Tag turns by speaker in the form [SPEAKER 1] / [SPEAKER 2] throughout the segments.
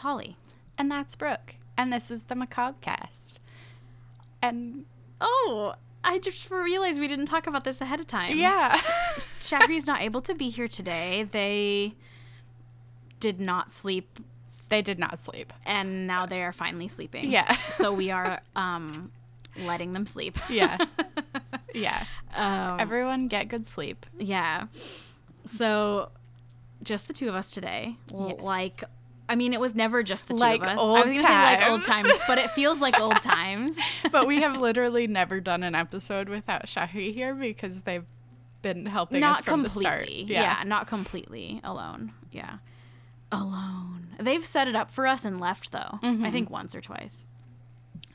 [SPEAKER 1] Holly.
[SPEAKER 2] And that's Brooke. And this is the Macabre Cast. And
[SPEAKER 1] Oh, I just realized we didn't talk about this ahead of time.
[SPEAKER 2] yeah.
[SPEAKER 1] Shagri's not able to be here today. They did not sleep
[SPEAKER 2] they did not sleep.
[SPEAKER 1] and now they are finally sleeping.
[SPEAKER 2] Yeah.
[SPEAKER 1] so we are um letting them sleep.
[SPEAKER 2] Yeah. yeah.
[SPEAKER 1] Um,
[SPEAKER 2] Everyone get good sleep.
[SPEAKER 1] yeah. So just the two of us today. L-
[SPEAKER 2] Yes.
[SPEAKER 1] Like I mean, it was never just the two
[SPEAKER 2] Like
[SPEAKER 1] of us. I
[SPEAKER 2] old
[SPEAKER 1] was gonna say like old
[SPEAKER 2] times.
[SPEAKER 1] times, but it feels like old times.
[SPEAKER 2] But we have literally never done an episode without Shahi here because they've been helping us
[SPEAKER 1] not
[SPEAKER 2] from the start.
[SPEAKER 1] completely. yeah, not completely alone. Yeah. Alone. They've set it up for us and left though. I think once or twice.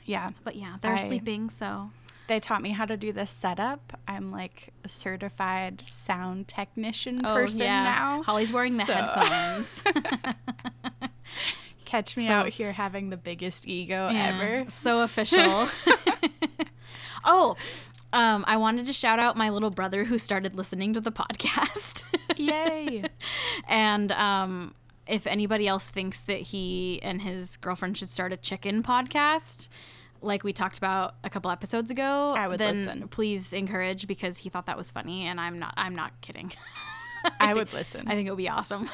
[SPEAKER 2] Yeah.
[SPEAKER 1] But yeah, they're
[SPEAKER 2] I-
[SPEAKER 1] sleeping, so
[SPEAKER 2] They taught me how to do this setup. I'm like a certified sound technician person now.
[SPEAKER 1] Holly's wearing the
[SPEAKER 2] So-
[SPEAKER 1] headphones.
[SPEAKER 2] Catch me
[SPEAKER 1] So-
[SPEAKER 2] out here having the biggest ego
[SPEAKER 1] Yeah,
[SPEAKER 2] ever.
[SPEAKER 1] So official. oh, um, I wanted to shout out my little brother who started listening to the podcast.
[SPEAKER 2] Yay.
[SPEAKER 1] and um, if anybody else thinks that he and his girlfriend should start a chicken podcast, like we talked about a couple episodes ago,
[SPEAKER 2] I would
[SPEAKER 1] then
[SPEAKER 2] listen.
[SPEAKER 1] please encourage because he thought that was funny, and I'm not. I'm not kidding.
[SPEAKER 2] I would listen.
[SPEAKER 1] I think it would be awesome.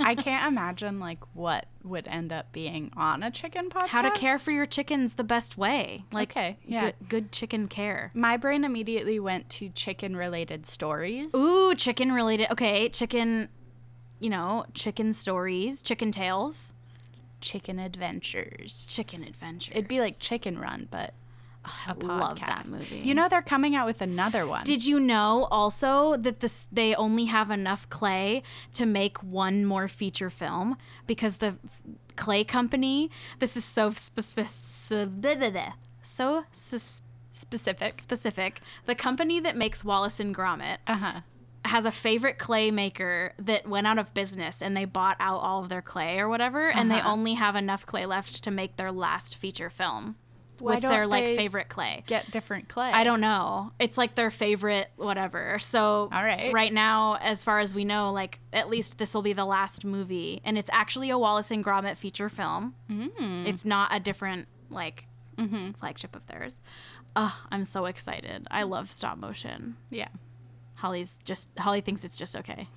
[SPEAKER 2] I can't imagine like what would end up being on a chicken podcast.
[SPEAKER 1] How to care for your chickens the best way, like
[SPEAKER 2] Okay, yeah.
[SPEAKER 1] good, good chicken care.
[SPEAKER 2] My brain immediately went to chicken related stories.
[SPEAKER 1] Ooh, chicken related. Okay, chicken. You know, chicken stories, chicken tales,
[SPEAKER 2] Chicken adventures.
[SPEAKER 1] chicken adventures.
[SPEAKER 2] It'd be like Chicken Run, but
[SPEAKER 1] I love that
[SPEAKER 2] podcast.
[SPEAKER 1] movie.
[SPEAKER 2] You know they're coming out with another one.
[SPEAKER 1] Did you know also that this they only have enough clay to make one more feature film because the f- clay company this is so specific so sus-
[SPEAKER 2] specific.
[SPEAKER 1] specific the company that makes Wallace and Gromit
[SPEAKER 2] Uh-huh.
[SPEAKER 1] has a favorite clay maker that went out of business and they bought out all of their clay or whatever and
[SPEAKER 2] Uh-huh.
[SPEAKER 1] they only have enough clay left to make their last feature film
[SPEAKER 2] Why
[SPEAKER 1] with their
[SPEAKER 2] don't
[SPEAKER 1] like
[SPEAKER 2] they-
[SPEAKER 1] favorite clay
[SPEAKER 2] Get different clay.
[SPEAKER 1] I don't know. It's like their favorite whatever. So
[SPEAKER 2] All right.
[SPEAKER 1] right now, as far as we know, like at least this will be the last movie, and it's actually a Wallace and Gromit feature film. Mm. It's not a different like
[SPEAKER 2] Mm-hmm.
[SPEAKER 1] flagship of theirs. Ugh, I'm so excited. I love stop motion.
[SPEAKER 2] Yeah.
[SPEAKER 1] Holly's just Holly thinks it's just okay.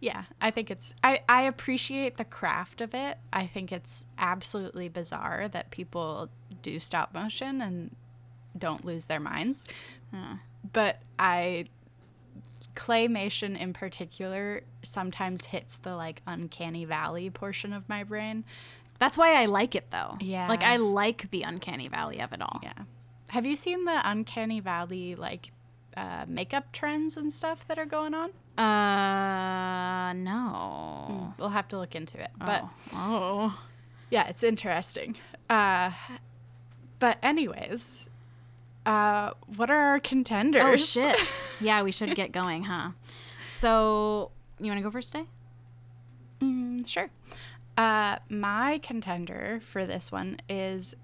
[SPEAKER 2] Yeah. I think it's I, I appreciate the craft of it. I think it's absolutely bizarre that people do stop motion and don't lose their minds. Uh, But I claymation in particular sometimes hits the like uncanny valley portion of my brain.
[SPEAKER 1] That's why I like it though.
[SPEAKER 2] Yeah.
[SPEAKER 1] Like I like the uncanny valley of it all.
[SPEAKER 2] Yeah. Have you seen the uncanny valley like uh, makeup trends and stuff that are going on?
[SPEAKER 1] Uh no.
[SPEAKER 2] We'll have to look into it. But
[SPEAKER 1] oh.
[SPEAKER 2] yeah, it's interesting. Uh, but anyways, uh, what are our contenders?
[SPEAKER 1] Oh shit! yeah, we should get going, huh? So you want to go first today?
[SPEAKER 2] Mm, sure. Uh, my contender for this one is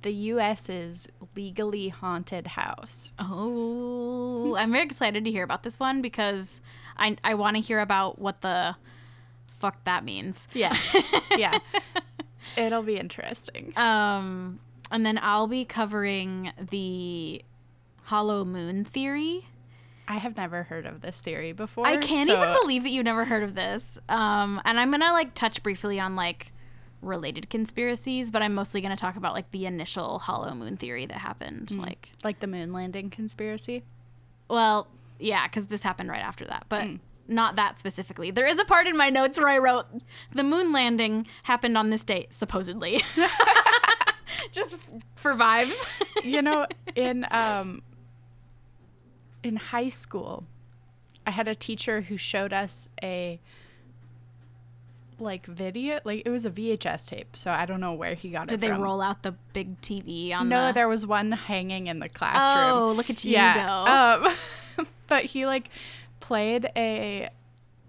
[SPEAKER 2] the U.S.'s legally haunted house.
[SPEAKER 1] Oh, I'm very excited to hear about this one because I I want to hear about what the fuck that means.
[SPEAKER 2] Yeah, yeah. It'll be interesting.
[SPEAKER 1] Um, and then I'll be covering the hollow moon theory.
[SPEAKER 2] I have never heard of this theory before.
[SPEAKER 1] I can't
[SPEAKER 2] so-
[SPEAKER 1] even believe that you never heard of this. Um, and I'm gonna like touch briefly on like related conspiracies, but I'm mostly gonna talk about like the initial hollow moon theory that happened, like.
[SPEAKER 2] like the moon landing conspiracy.
[SPEAKER 1] Well, yeah, because this happened right after that, but not that specifically. There is a part in my notes where I wrote the moon landing happened on this date, supposedly. Just for vibes.
[SPEAKER 2] you know, in um, in high school, I had a teacher who showed us a like video, like it was a VHS tape. So I don't know where he got it.
[SPEAKER 1] Did they
[SPEAKER 2] from.
[SPEAKER 1] roll out the big TV on
[SPEAKER 2] No,
[SPEAKER 1] the?
[SPEAKER 2] there was one hanging in the classroom.
[SPEAKER 1] oh, look at you go.
[SPEAKER 2] yeah. Um, but he like played a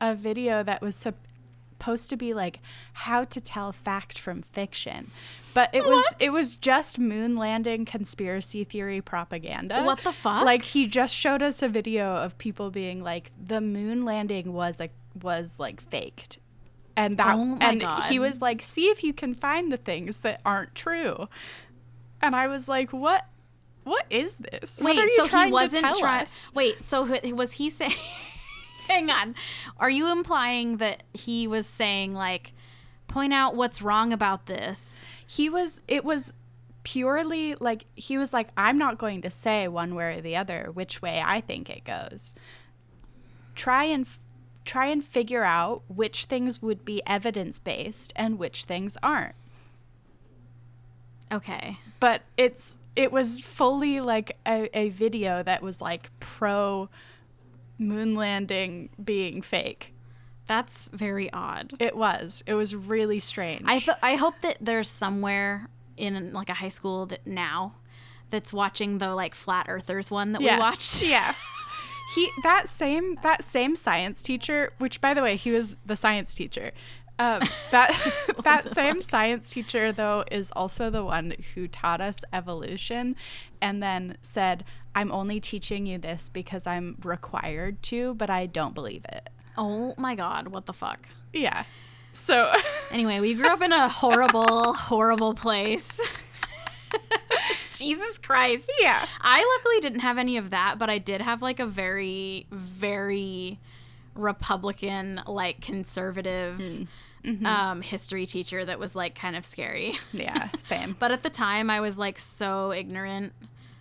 [SPEAKER 2] a video that was sup- supposed to be like how to tell fact from fiction. But it was
[SPEAKER 1] What?
[SPEAKER 2] it was just moon landing conspiracy theory propaganda.
[SPEAKER 1] What the fuck?
[SPEAKER 2] Like he just showed us a video of people being like the moon landing was a was like faked. and that
[SPEAKER 1] Oh my
[SPEAKER 2] and
[SPEAKER 1] God.
[SPEAKER 2] he was like see if you can find the things that aren't true and i was like what what is this what
[SPEAKER 1] Wait,
[SPEAKER 2] are you
[SPEAKER 1] so
[SPEAKER 2] trying
[SPEAKER 1] he wasn't
[SPEAKER 2] to tell
[SPEAKER 1] trying.
[SPEAKER 2] us?
[SPEAKER 1] Wait, so wh- was he saying? Hang on, are you implying that he was saying like, point out what's wrong about this?
[SPEAKER 2] he was it was purely like he was like i'm not going to say one way or the other which way i think it goes try and f- try and figure out which things would be evidence based and which things aren't
[SPEAKER 1] Okay,
[SPEAKER 2] but it's it was fully like a, a video that was like pro moon landing being fake
[SPEAKER 1] that's very odd.
[SPEAKER 2] it was it was really strange
[SPEAKER 1] I th- I hope that there's somewhere in like a high school that now that's watching the like flat earthers one that we watched.
[SPEAKER 2] Yeah. He that same that same science teacher, which by the way, he was the science teacher. Um, that
[SPEAKER 1] Oh
[SPEAKER 2] that same science teacher though is also the one who taught us evolution, and then said, "I'm only teaching you this because I'm required to, but I don't believe it."
[SPEAKER 1] Oh my god, what the fuck?
[SPEAKER 2] Yeah. So
[SPEAKER 1] Anyway, we grew up in a horrible, horrible place. Jesus Christ.
[SPEAKER 2] yeah,
[SPEAKER 1] I luckily didn't have any of that, but I did have like a very, very Republican, like conservative
[SPEAKER 2] Hmm. Mm-hmm.
[SPEAKER 1] um, history teacher that was like kind of scary.
[SPEAKER 2] yeah, same.
[SPEAKER 1] But at the time, I was like so ignorant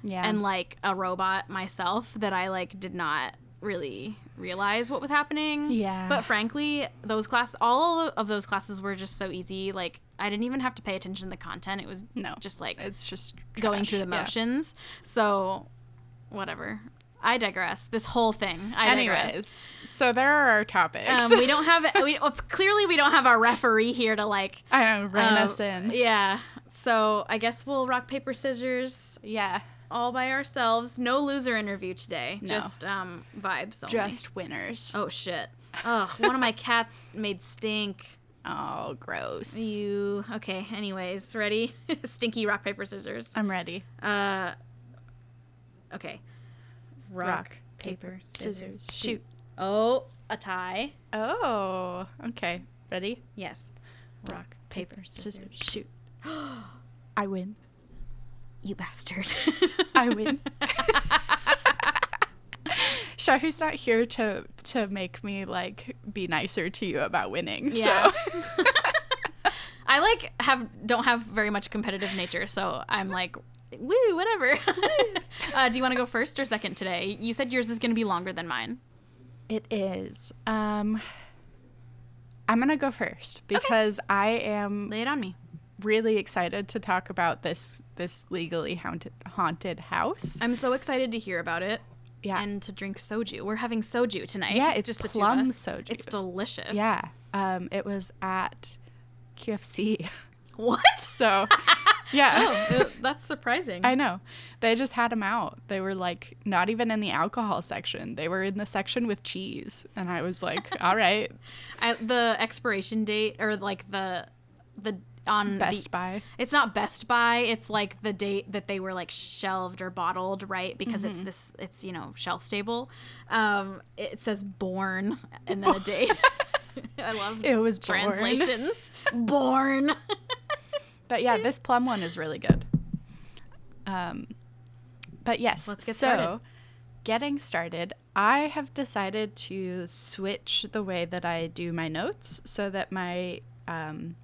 [SPEAKER 2] Yeah.
[SPEAKER 1] and like a robot myself that I like did not really realize what was happening.
[SPEAKER 2] Yeah.
[SPEAKER 1] But frankly, those class all of those classes were just so easy. Like I didn't even have to pay attention to the content. It was
[SPEAKER 2] No.
[SPEAKER 1] just like
[SPEAKER 2] it's just
[SPEAKER 1] going
[SPEAKER 2] trash.
[SPEAKER 1] through the
[SPEAKER 2] Yeah.
[SPEAKER 1] motions. So whatever. I digress. This whole thing. I digress.
[SPEAKER 2] Anyways, so there are our topics.
[SPEAKER 1] Um, we don't have we clearly we don't have our referee here to like
[SPEAKER 2] I know, rein
[SPEAKER 1] uh,
[SPEAKER 2] us in.
[SPEAKER 1] Yeah. So I guess we'll rock paper scissors
[SPEAKER 2] Yeah.
[SPEAKER 1] all by ourselves. No loser interview today.
[SPEAKER 2] No.
[SPEAKER 1] Just um vibes only.
[SPEAKER 2] Just winners.
[SPEAKER 1] oh shit. Oh, one of my cats made stink.
[SPEAKER 2] Oh, gross.
[SPEAKER 1] You okay? Anyways, ready? Stinky rock paper scissors.
[SPEAKER 2] I'm ready.
[SPEAKER 1] Uh. Okay. Rock,
[SPEAKER 2] paper,
[SPEAKER 1] shoot. Oh, a tie.
[SPEAKER 2] Oh, okay. Ready?
[SPEAKER 1] Yes. Rock paper scissors.
[SPEAKER 2] shoot. I win.
[SPEAKER 1] You bastard.
[SPEAKER 2] I win. Shafi's not here to to make me like be nicer to you about winning.
[SPEAKER 1] Yeah.
[SPEAKER 2] So
[SPEAKER 1] I like have don't have very much competitive nature, so I'm like, woo, whatever. uh, do you want to go first or second today? You said yours is going to be longer than mine.
[SPEAKER 2] it is. Um I'm gonna go first because I am
[SPEAKER 1] Lay it on me.
[SPEAKER 2] really excited to talk about this this legally haunted haunted house.
[SPEAKER 1] I'm so excited to hear about it.
[SPEAKER 2] Yeah.
[SPEAKER 1] And to drink soju. We're having soju tonight.
[SPEAKER 2] Yeah, it's plum soju.
[SPEAKER 1] It's delicious.
[SPEAKER 2] Yeah. Um, it was at QFC.
[SPEAKER 1] What?
[SPEAKER 2] So, yeah.
[SPEAKER 1] oh, that's surprising.
[SPEAKER 2] I know. They just had them out. They were like not even in the alcohol section. They were in the section with cheese. And I was like, all right,
[SPEAKER 1] I, the expiration date or like the the on
[SPEAKER 2] Best
[SPEAKER 1] the,
[SPEAKER 2] Buy.
[SPEAKER 1] It's not Best Buy. It's like the date that they were like shelved or bottled, right? Because
[SPEAKER 2] Mm-hmm.
[SPEAKER 1] it's this, it's you know shelf stable. Um, it says born and then a date. I love
[SPEAKER 2] It was born.
[SPEAKER 1] translations. Born.
[SPEAKER 2] But yeah, this plum one is really good. Um, but yes,
[SPEAKER 1] Let's get
[SPEAKER 2] so
[SPEAKER 1] started.
[SPEAKER 2] getting started, I have decided to switch the way that I do my notes so that my um,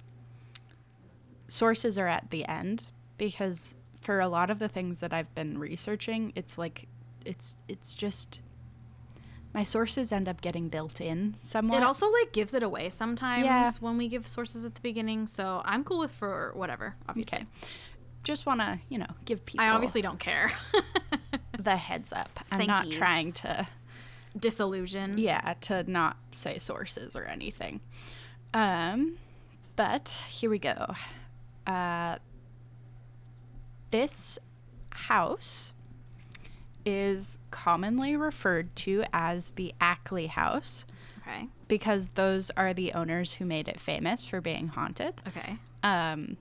[SPEAKER 2] sources are at the end because for a lot of the things that I've been researching, it's like it's it's just my sources end up getting built in somewhat.
[SPEAKER 1] It also like gives it away sometimes
[SPEAKER 2] Yeah.
[SPEAKER 1] when we give sources at the beginning. So I'm cool with for whatever. Obviously,
[SPEAKER 2] okay. Just want to, you know, give people
[SPEAKER 1] I obviously don't care.
[SPEAKER 2] the heads up. I'm
[SPEAKER 1] Thank
[SPEAKER 2] not
[SPEAKER 1] yous.
[SPEAKER 2] trying to
[SPEAKER 1] Disillusion.
[SPEAKER 2] yeah to not say sources or anything um but here we go uh this house is commonly referred to as the ackley house
[SPEAKER 1] Okay.
[SPEAKER 2] because those are the owners who made it famous for being haunted
[SPEAKER 1] Okay.
[SPEAKER 2] um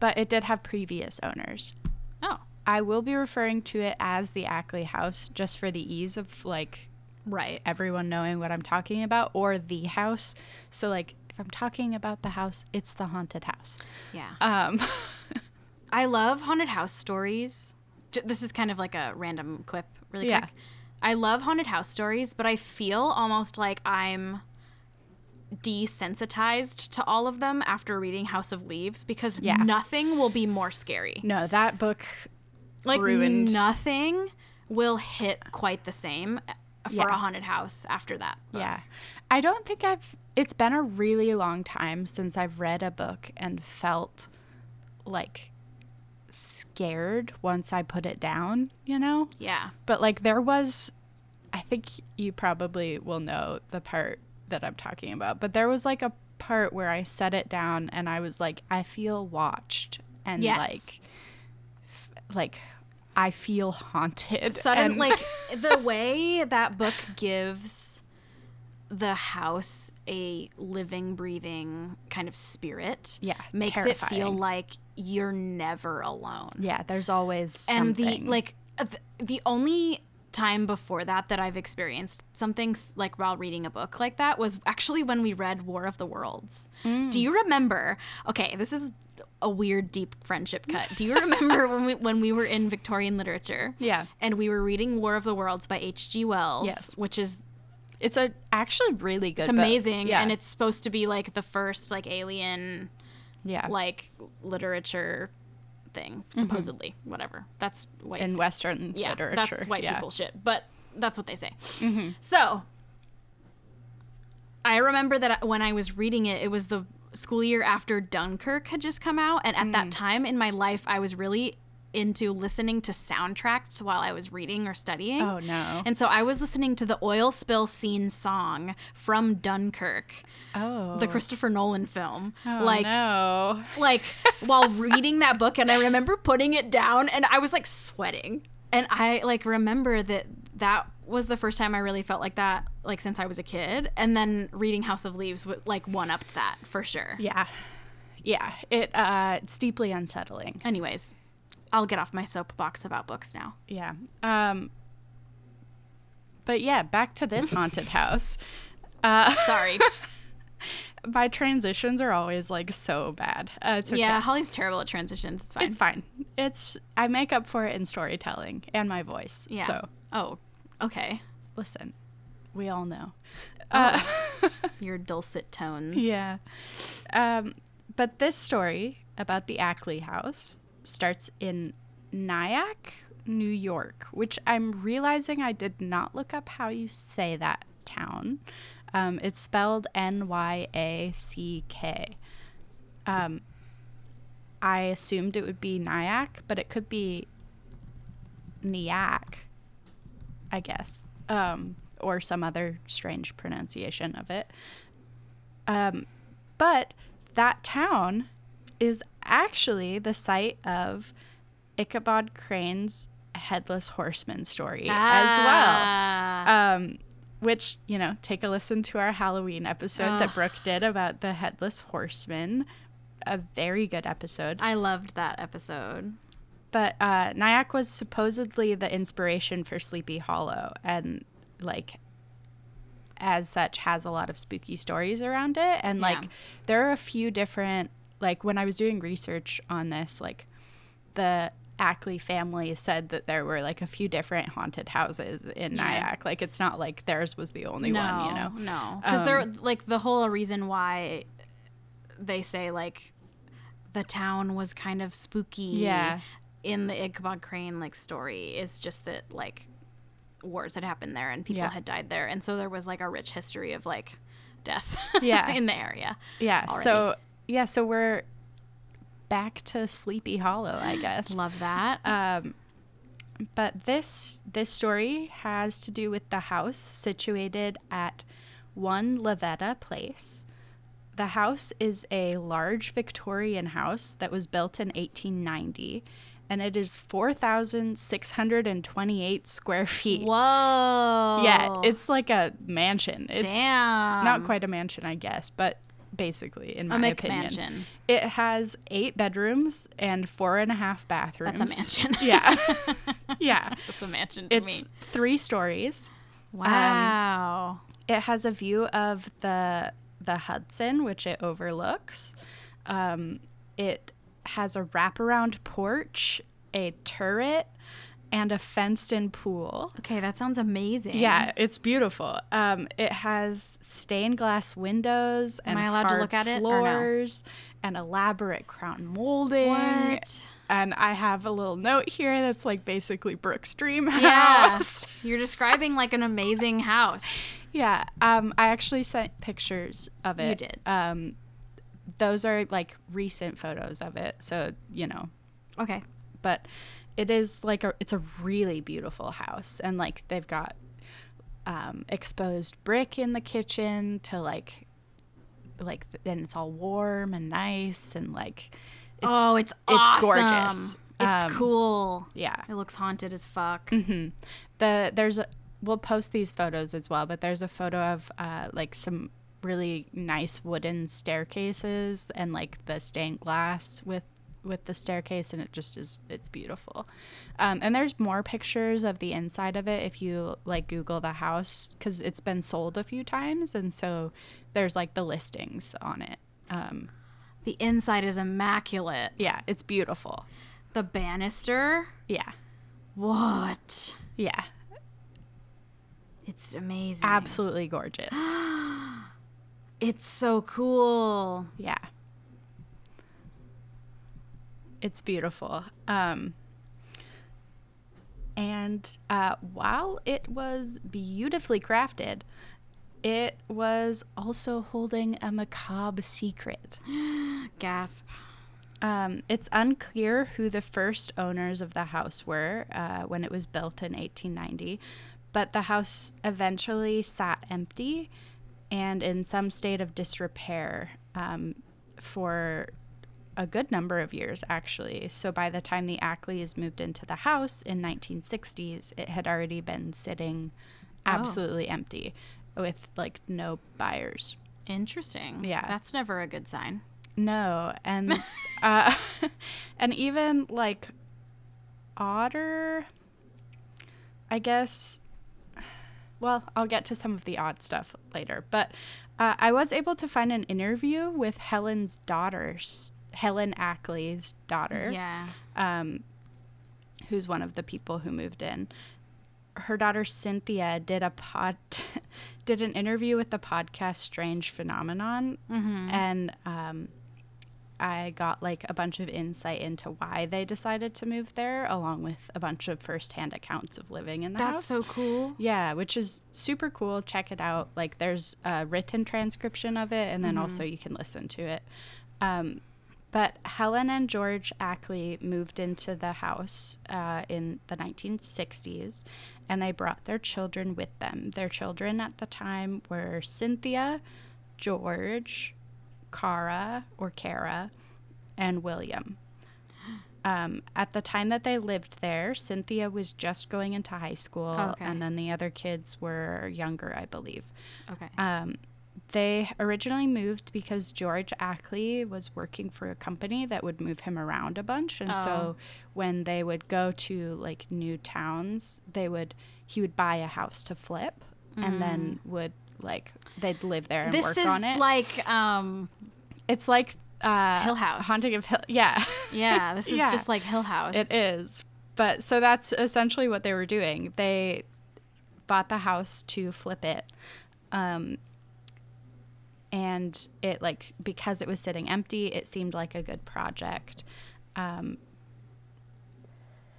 [SPEAKER 2] but it did have previous owners
[SPEAKER 1] Oh,
[SPEAKER 2] i will be referring to it as the ackley house just for the ease of like
[SPEAKER 1] right.
[SPEAKER 2] everyone knowing what I'm talking about or the house. So like if I'm talking about the house, it's the haunted house.
[SPEAKER 1] Yeah.
[SPEAKER 2] Um,
[SPEAKER 1] I love haunted house stories. J- This is kind of like a random quip, really
[SPEAKER 2] Yeah.
[SPEAKER 1] quick. I love haunted house stories, but I feel almost like I'm desensitized to all of them after reading House of Leaves because
[SPEAKER 2] Yeah.
[SPEAKER 1] nothing will be more scary.
[SPEAKER 2] no, that book,
[SPEAKER 1] Like
[SPEAKER 2] Ruined.
[SPEAKER 1] nothing will hit quite the same for
[SPEAKER 2] Yeah.
[SPEAKER 1] a haunted house after that. book.
[SPEAKER 2] yeah. I don't think I've, it's been a really long time since I've read a book and felt like scared once I put it down, you know?
[SPEAKER 1] Yeah.
[SPEAKER 2] But like there was, I think you probably will know the part that I'm talking about, but there was like a part where I set it down and I was like, I feel watched and
[SPEAKER 1] Yes.
[SPEAKER 2] like, f- like I feel haunted.
[SPEAKER 1] sudden
[SPEAKER 2] and-
[SPEAKER 1] like the way that book gives the house a living breathing kind of spirit
[SPEAKER 2] Yeah,
[SPEAKER 1] makes it feel
[SPEAKER 2] terrifying.
[SPEAKER 1] like you're never alone
[SPEAKER 2] yeah, there's always
[SPEAKER 1] and
[SPEAKER 2] something.
[SPEAKER 1] the like uh, th- the only time before that that i've experienced something s- like while reading a book like that was actually when we read war of the worlds
[SPEAKER 2] Mm.
[SPEAKER 1] do you remember okay this is a weird deep friendship cut do you remember when we when we were in victorian literature
[SPEAKER 2] Yeah.
[SPEAKER 1] and we were reading war of the worlds by hg wells
[SPEAKER 2] Yes.
[SPEAKER 1] which is
[SPEAKER 2] it's a actually really good.
[SPEAKER 1] it's amazing and it's supposed to be like the first like alien
[SPEAKER 2] yeah
[SPEAKER 1] like literature thing
[SPEAKER 2] Mm-hmm.
[SPEAKER 1] supposedly whatever that's what
[SPEAKER 2] in Western
[SPEAKER 1] yeah,
[SPEAKER 2] literature.
[SPEAKER 1] That's white
[SPEAKER 2] yeah. Mm-hmm.
[SPEAKER 1] people shit, but that's what they say. So I remember that when I was reading it, it was the school year after Dunkirk had just come out. And at
[SPEAKER 2] Mm.
[SPEAKER 1] that time in my life, I was really into listening to soundtracks while I was reading or studying.
[SPEAKER 2] Oh, no.
[SPEAKER 1] And so I was listening to the oil spill scene song from Dunkirk,
[SPEAKER 2] Oh,
[SPEAKER 1] the Christopher Nolan film.
[SPEAKER 2] oh,
[SPEAKER 1] like
[SPEAKER 2] no.
[SPEAKER 1] like while reading that book and i remember putting it down and i was like sweating and i like remember that that was the first time i really felt like that like since i was a kid and then reading house of leaves w- like one upped that for sure
[SPEAKER 2] Yeah, yeah. It uh, it's deeply unsettling.
[SPEAKER 1] anyways i'll get off my soapbox about books now
[SPEAKER 2] Yeah. Um but yeah, back to this haunted house.
[SPEAKER 1] sorry
[SPEAKER 2] My transitions are always like so bad. Uh, it's okay.
[SPEAKER 1] yeah holly's terrible at transitions it's fine
[SPEAKER 2] It's fine. It's I make up for it in storytelling and my voice.
[SPEAKER 1] yeah
[SPEAKER 2] So,
[SPEAKER 1] oh okay
[SPEAKER 2] listen. We all know.
[SPEAKER 1] your dulcet tones
[SPEAKER 2] Yeah. Um but this story about the Ackley house starts in Nyack, New York, which I'm realizing I did not look up how you say that town. Um, it's spelled N Y A C K. Um, I assumed it would be Nyack, but it could be Nyack, I guess, um, or some other strange pronunciation of it. Um, but that town is actually the site of Ichabod Crane's headless horseman story as well.
[SPEAKER 1] Ah.
[SPEAKER 2] Um, which, you know, take a listen to our Halloween episode that Brooke did about the headless horseman. A very good episode.
[SPEAKER 1] i loved that episode
[SPEAKER 2] But uh, Nyack was supposedly the inspiration for Sleepy Hollow, and like, as such, has a lot of spooky stories around it. And
[SPEAKER 1] Yeah.
[SPEAKER 2] like, there are a few different like when I was doing research on this, like, the Ackley family said that there were like a few different haunted houses in
[SPEAKER 1] Yeah.
[SPEAKER 2] Nyack. Like, it's not like theirs was the only one, you know. Um,
[SPEAKER 1] No, because they're like the whole reason why they say like the town was kind of spooky.
[SPEAKER 2] Yeah.
[SPEAKER 1] In the Ichabod Crane like story is just that like wars had happened there and people
[SPEAKER 2] Yeah.
[SPEAKER 1] had died there, and so there was like a rich history of like death.
[SPEAKER 2] Yeah.
[SPEAKER 1] in the area.
[SPEAKER 2] Yeah.
[SPEAKER 1] already.
[SPEAKER 2] So yeah, so we're back to Sleepy Hollow, I guess.
[SPEAKER 1] Love that.
[SPEAKER 2] Uh, but this this story has to do with the house situated at one Lavetta Place. The house is a large Victorian house that was built in 1890, and it is 4,628 square feet.
[SPEAKER 1] Um, Whoa.
[SPEAKER 2] Yeah, it's like a mansion. It's
[SPEAKER 1] damn.
[SPEAKER 2] not quite a mansion, I guess, but basically, in my opinion,
[SPEAKER 1] McMansion.
[SPEAKER 2] it has eight bedrooms and four and a half bathrooms.
[SPEAKER 1] That's a mansion.
[SPEAKER 2] Yeah, yeah.
[SPEAKER 1] That's a mansion to
[SPEAKER 2] It's
[SPEAKER 1] me.
[SPEAKER 2] three stories.
[SPEAKER 1] Wow.
[SPEAKER 2] um, It has a view of the the Hudson, which it overlooks. Um, it has a wraparound porch, a turret, and a fenced in pool.
[SPEAKER 1] Okay, that sounds amazing.
[SPEAKER 2] Yeah, it's beautiful. Um, it has stained glass windows and
[SPEAKER 1] I allowed to
[SPEAKER 2] hard
[SPEAKER 1] look at it or no?
[SPEAKER 2] floors and elaborate crown molding.
[SPEAKER 1] What?
[SPEAKER 2] And I have a little note here that's like basically Brooks' dream
[SPEAKER 1] Yeah.
[SPEAKER 2] house.
[SPEAKER 1] You're describing like an amazing house.
[SPEAKER 2] Yeah, um, I actually sent pictures of it.
[SPEAKER 1] You did.
[SPEAKER 2] Um, those are like recent photos of it, so you know.
[SPEAKER 1] Okay.
[SPEAKER 2] But it is like a, it's a really beautiful house, and like they've got um, exposed brick in the kitchen to like, like then it's all warm and nice and like, it's,
[SPEAKER 1] oh, it's
[SPEAKER 2] it's
[SPEAKER 1] awesome.
[SPEAKER 2] gorgeous.
[SPEAKER 1] It's
[SPEAKER 2] Um,
[SPEAKER 1] cool.
[SPEAKER 2] yeah.
[SPEAKER 1] It looks haunted as fuck.
[SPEAKER 2] Mm. the there's a we'll post these photos as well but there's a photo of uh, like some really nice wooden staircases and like the stained glass with with the staircase and it just is it's beautiful um, and there's more pictures of the inside of it if you like google the house because it's been sold a few times and so there's like the listings on it
[SPEAKER 1] The inside is immaculate.
[SPEAKER 2] yeah it's beautiful
[SPEAKER 1] The banister?
[SPEAKER 2] yeah
[SPEAKER 1] What?
[SPEAKER 2] yeah
[SPEAKER 1] It's amazing.
[SPEAKER 2] absolutely gorgeous
[SPEAKER 1] It's so cool.
[SPEAKER 2] Yeah. It's beautiful. Um, and uh, while it was beautifully crafted, it was also holding a macabre secret.
[SPEAKER 1] Gasp.
[SPEAKER 2] Um, it's unclear who the first owners of the house were uh, when it was built in 1890, but the house eventually sat empty and in some state of disrepair um, for a good number of years, actually. So by the time the Ackleys moved into the house in 1960s, it had already been sitting absolutely empty with like no buyers.
[SPEAKER 1] Interesting.
[SPEAKER 2] Yeah.
[SPEAKER 1] That's never a good sign.
[SPEAKER 2] No, and uh, and even like odder, I guess. Well, I'll get to some of the odd stuff later, but uh, I was able to find an interview with Helen's daughter, S- Helen Ackley's daughter,
[SPEAKER 1] Yeah.
[SPEAKER 2] um, who's one of the people who moved in. Her daughter Cynthia did a pod, did an interview with the podcast Strange Phenomenon,
[SPEAKER 1] Mm-hmm.
[SPEAKER 2] and um, I got like a bunch of insight into why they decided to move there, along with a bunch of firsthand accounts of living in the
[SPEAKER 1] That's
[SPEAKER 2] house.
[SPEAKER 1] so cool.
[SPEAKER 2] Yeah, which is super cool. Check it out. Like, there's a written transcription of it, and then also you can listen to it. Um, but Helen and George Ackley moved into the house uh, in the 1960s, and they brought their children with them. Their children at the time were Cynthia, George, Cara or Cara, and William. Um, at the time that they lived there, Cynthia was just going into high school,
[SPEAKER 1] Okay.
[SPEAKER 2] and then the other kids were younger, I believe.
[SPEAKER 1] Okay.
[SPEAKER 2] Um, they originally moved because George Ackley was working for a company that would move him around a bunch, and
[SPEAKER 1] Oh.
[SPEAKER 2] so when they would go to like new towns, they would he would buy a house to flip, and then would like they'd live there and
[SPEAKER 1] Mm. this
[SPEAKER 2] work
[SPEAKER 1] is
[SPEAKER 2] on it.
[SPEAKER 1] like um
[SPEAKER 2] It's like uh,
[SPEAKER 1] Hill House.
[SPEAKER 2] Haunting of Hill. Yeah,
[SPEAKER 1] yeah, this is
[SPEAKER 2] Yeah.
[SPEAKER 1] just like Hill House.
[SPEAKER 2] it is. But so that's essentially what they were doing. They bought the house to flip it, um, and it like because it was sitting empty, it seemed like a good project. Um,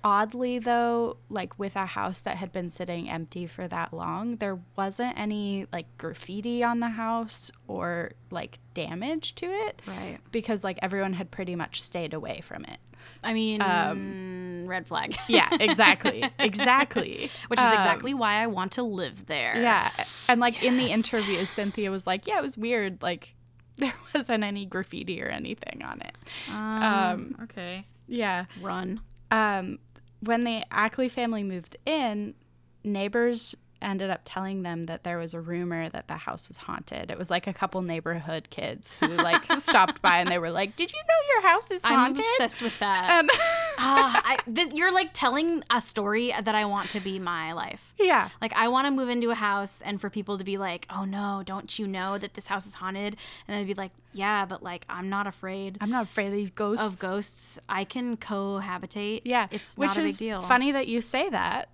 [SPEAKER 2] oddly, though, like with a house that had been sitting empty for that long, there wasn't any like graffiti on the house or like damage to it
[SPEAKER 1] Right.
[SPEAKER 2] because like everyone had pretty much stayed away from it.
[SPEAKER 1] I mean,
[SPEAKER 2] Um,
[SPEAKER 1] red flag.
[SPEAKER 2] Yeah, exactly. exactly.
[SPEAKER 1] Which is
[SPEAKER 2] Um,
[SPEAKER 1] exactly why I want to live there.
[SPEAKER 2] Yeah. And like in the interview, Cynthia was like, yeah, it was weird. Like there wasn't any graffiti or anything on it.
[SPEAKER 1] Um, okay.
[SPEAKER 2] Yeah.
[SPEAKER 1] Run.
[SPEAKER 2] Um, when the Ackley family moved in, neighbors ended up telling them that there was a rumor that the house was haunted. It was like a couple neighborhood kids who like stopped by and they were like, "Did you know your house is
[SPEAKER 1] I'm
[SPEAKER 2] haunted?"
[SPEAKER 1] obsessed with that.
[SPEAKER 2] Um,
[SPEAKER 1] Ah, I, this, you're like telling a story that I want to be my life.
[SPEAKER 2] yeah.
[SPEAKER 1] Like I want to move into a house and for people to be like, "Oh no, don't you know that this house is haunted?" And they'd be like, "Yeah, but like I'm not afraid
[SPEAKER 2] I'm not afraid of these ghosts.
[SPEAKER 1] of ghosts. I can cohabitate.
[SPEAKER 2] Yeah,
[SPEAKER 1] it's
[SPEAKER 2] which
[SPEAKER 1] not a
[SPEAKER 2] is
[SPEAKER 1] big deal."
[SPEAKER 2] funny that you say that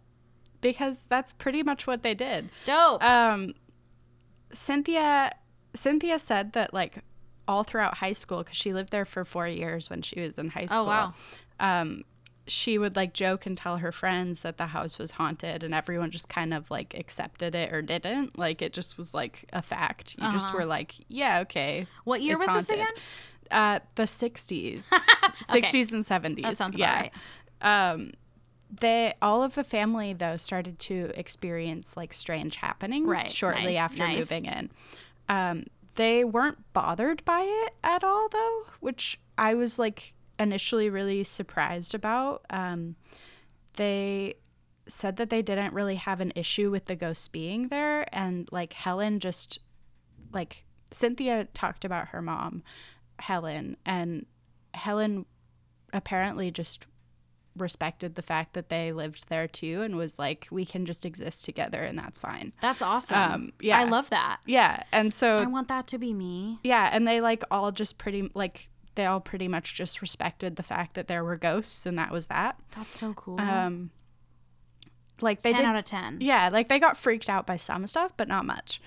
[SPEAKER 2] because that's pretty much what they did.
[SPEAKER 1] Dope.
[SPEAKER 2] Um, Cynthia Cynthia said that like all throughout high school because she lived there for four years when she was in high school.
[SPEAKER 1] Oh, wow.
[SPEAKER 2] Um, she would like joke and tell her friends that the house was haunted, and everyone just kind of like accepted it or didn't. Like it just was like a fact. You just were like, yeah, okay.
[SPEAKER 1] Uh-huh. What year
[SPEAKER 2] it's
[SPEAKER 1] was this
[SPEAKER 2] haunted.
[SPEAKER 1] again?
[SPEAKER 2] Uh, the 60s, 60s and 70s.
[SPEAKER 1] That sounds about
[SPEAKER 2] yeah
[SPEAKER 1] right.
[SPEAKER 2] they all of the family though started to experience like strange happenings
[SPEAKER 1] Right.
[SPEAKER 2] shortly
[SPEAKER 1] Nice,
[SPEAKER 2] after
[SPEAKER 1] nice.
[SPEAKER 2] moving in um, they weren't bothered by it at all though which i was like initially really surprised about um, they said that they didn't really have an issue with the ghosts being there and like helen just like cynthia talked about her mom helen and helen apparently just respected the fact that they lived there too and was like we can just exist together and that's fine
[SPEAKER 1] That's awesome.
[SPEAKER 2] Um, yeah.
[SPEAKER 1] I love that.
[SPEAKER 2] yeah and so
[SPEAKER 1] I want that to be me.
[SPEAKER 2] yeah and they like all just pretty like they all pretty much just respected the fact that there were ghosts and that was that
[SPEAKER 1] That's so cool.
[SPEAKER 2] um like they
[SPEAKER 1] 10
[SPEAKER 2] did
[SPEAKER 1] out of 10.
[SPEAKER 2] yeah like they got freaked out by some stuff but not much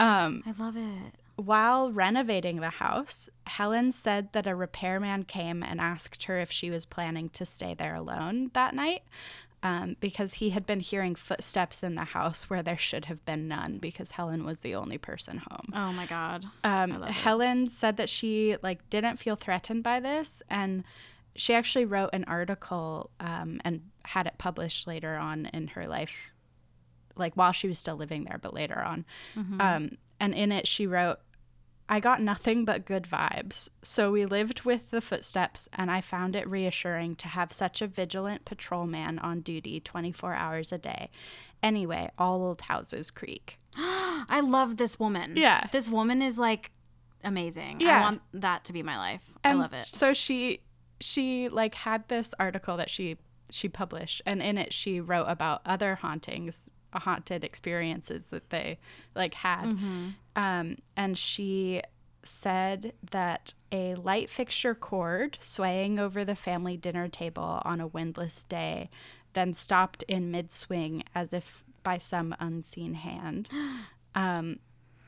[SPEAKER 2] um
[SPEAKER 1] I love it.
[SPEAKER 2] While renovating the house, Helen said that a repairman came and asked her if she was planning to stay there alone that night um, because he had been hearing footsteps in the house where there should have been none because Helen was the only person home.
[SPEAKER 1] Oh my god.
[SPEAKER 2] Um, Helen said that she like didn't feel threatened by this, and she actually wrote an article um, and had it published later on in her life, like while she was still living there, but later on. Um, and in it, she wrote, "I got nothing but good vibes. So we lived with the footsteps, and I found it reassuring to have such a vigilant patrolman on duty 24 hours a day. Anyway, all old houses creak."
[SPEAKER 1] I love this woman.
[SPEAKER 2] Yeah.
[SPEAKER 1] This woman is like amazing. I
[SPEAKER 2] Yeah.
[SPEAKER 1] want that to be my life. I love it.
[SPEAKER 2] So she she like had this article that she she published, and in it she wrote about other hauntings, haunted experiences that they like had,
[SPEAKER 1] Mm-hmm.
[SPEAKER 2] um, and she said that a light fixture cord swaying over the family dinner table on a windless day then stopped in mid swing as if by some unseen hand.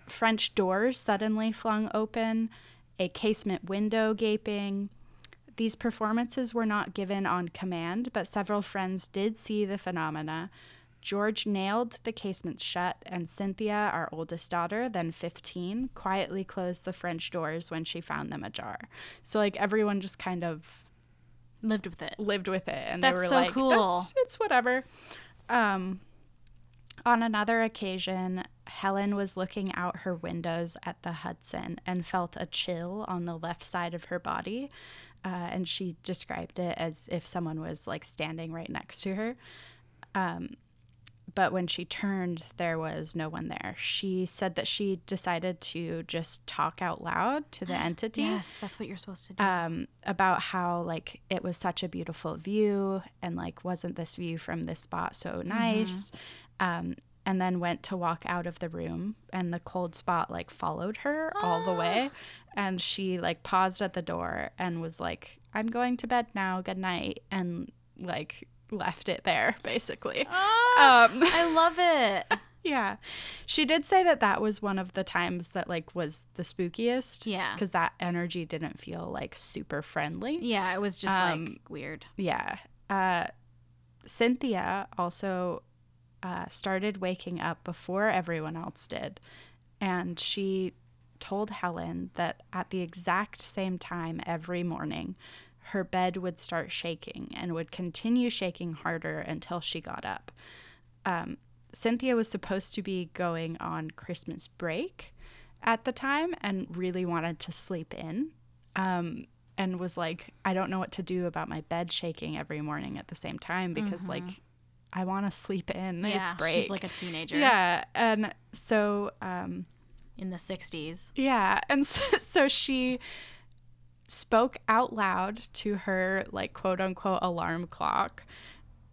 [SPEAKER 2] French doors suddenly flung open, a casement window gaping. These performances were not given on command, but several friends did see the phenomena. George nailed the casement shut, and Cynthia, our oldest daughter, then 15, quietly closed the French doors when she found them ajar. So, like, everyone just kind of
[SPEAKER 1] Lived with it.
[SPEAKER 2] lived with it and
[SPEAKER 1] That's
[SPEAKER 2] they were
[SPEAKER 1] so
[SPEAKER 2] like
[SPEAKER 1] cool.
[SPEAKER 2] "That's- it's whatever um on another occasion helen was looking out her windows at the hudson and felt a chill on the left side of her body uh, and she described it as if someone was like standing right next to her Um, but when she turned, there was no one there. She said that she decided to just talk out loud to the entity
[SPEAKER 1] Yes, that's what you're supposed to do.
[SPEAKER 2] um, about how like it was such a beautiful view and like wasn't this view from this spot so nice um, and then went to walk out of the room and the cold spot like followed her all the way and she like paused at the door and was like i'm going to bed now good night and like left it there basically um,
[SPEAKER 1] Ah, I love it.
[SPEAKER 2] yeah. She did say that that was one of the times that like was the spookiest.
[SPEAKER 1] Yeah.
[SPEAKER 2] Cuz that energy didn't feel like super friendly.
[SPEAKER 1] Yeah, it was just
[SPEAKER 2] Um,
[SPEAKER 1] like weird.
[SPEAKER 2] Yeah. Uh Cynthia also uh, started waking up before everyone else did. And she told Helen that at the exact same time every morning, her bed would start shaking and would continue shaking harder until she got up. Um, Cynthia was supposed to be going on Christmas break at the time and really wanted to sleep in. Um, and was like, I don't know what to do about my bed shaking every morning at the same time because, like, I want to sleep in.
[SPEAKER 1] Mm-hmm. Yeah,
[SPEAKER 2] it's break.
[SPEAKER 1] she's like a teenager
[SPEAKER 2] yeah, and so um,
[SPEAKER 1] in the 60s.
[SPEAKER 2] Yeah. And so, so she spoke out loud to her, like, quote unquote, alarm clock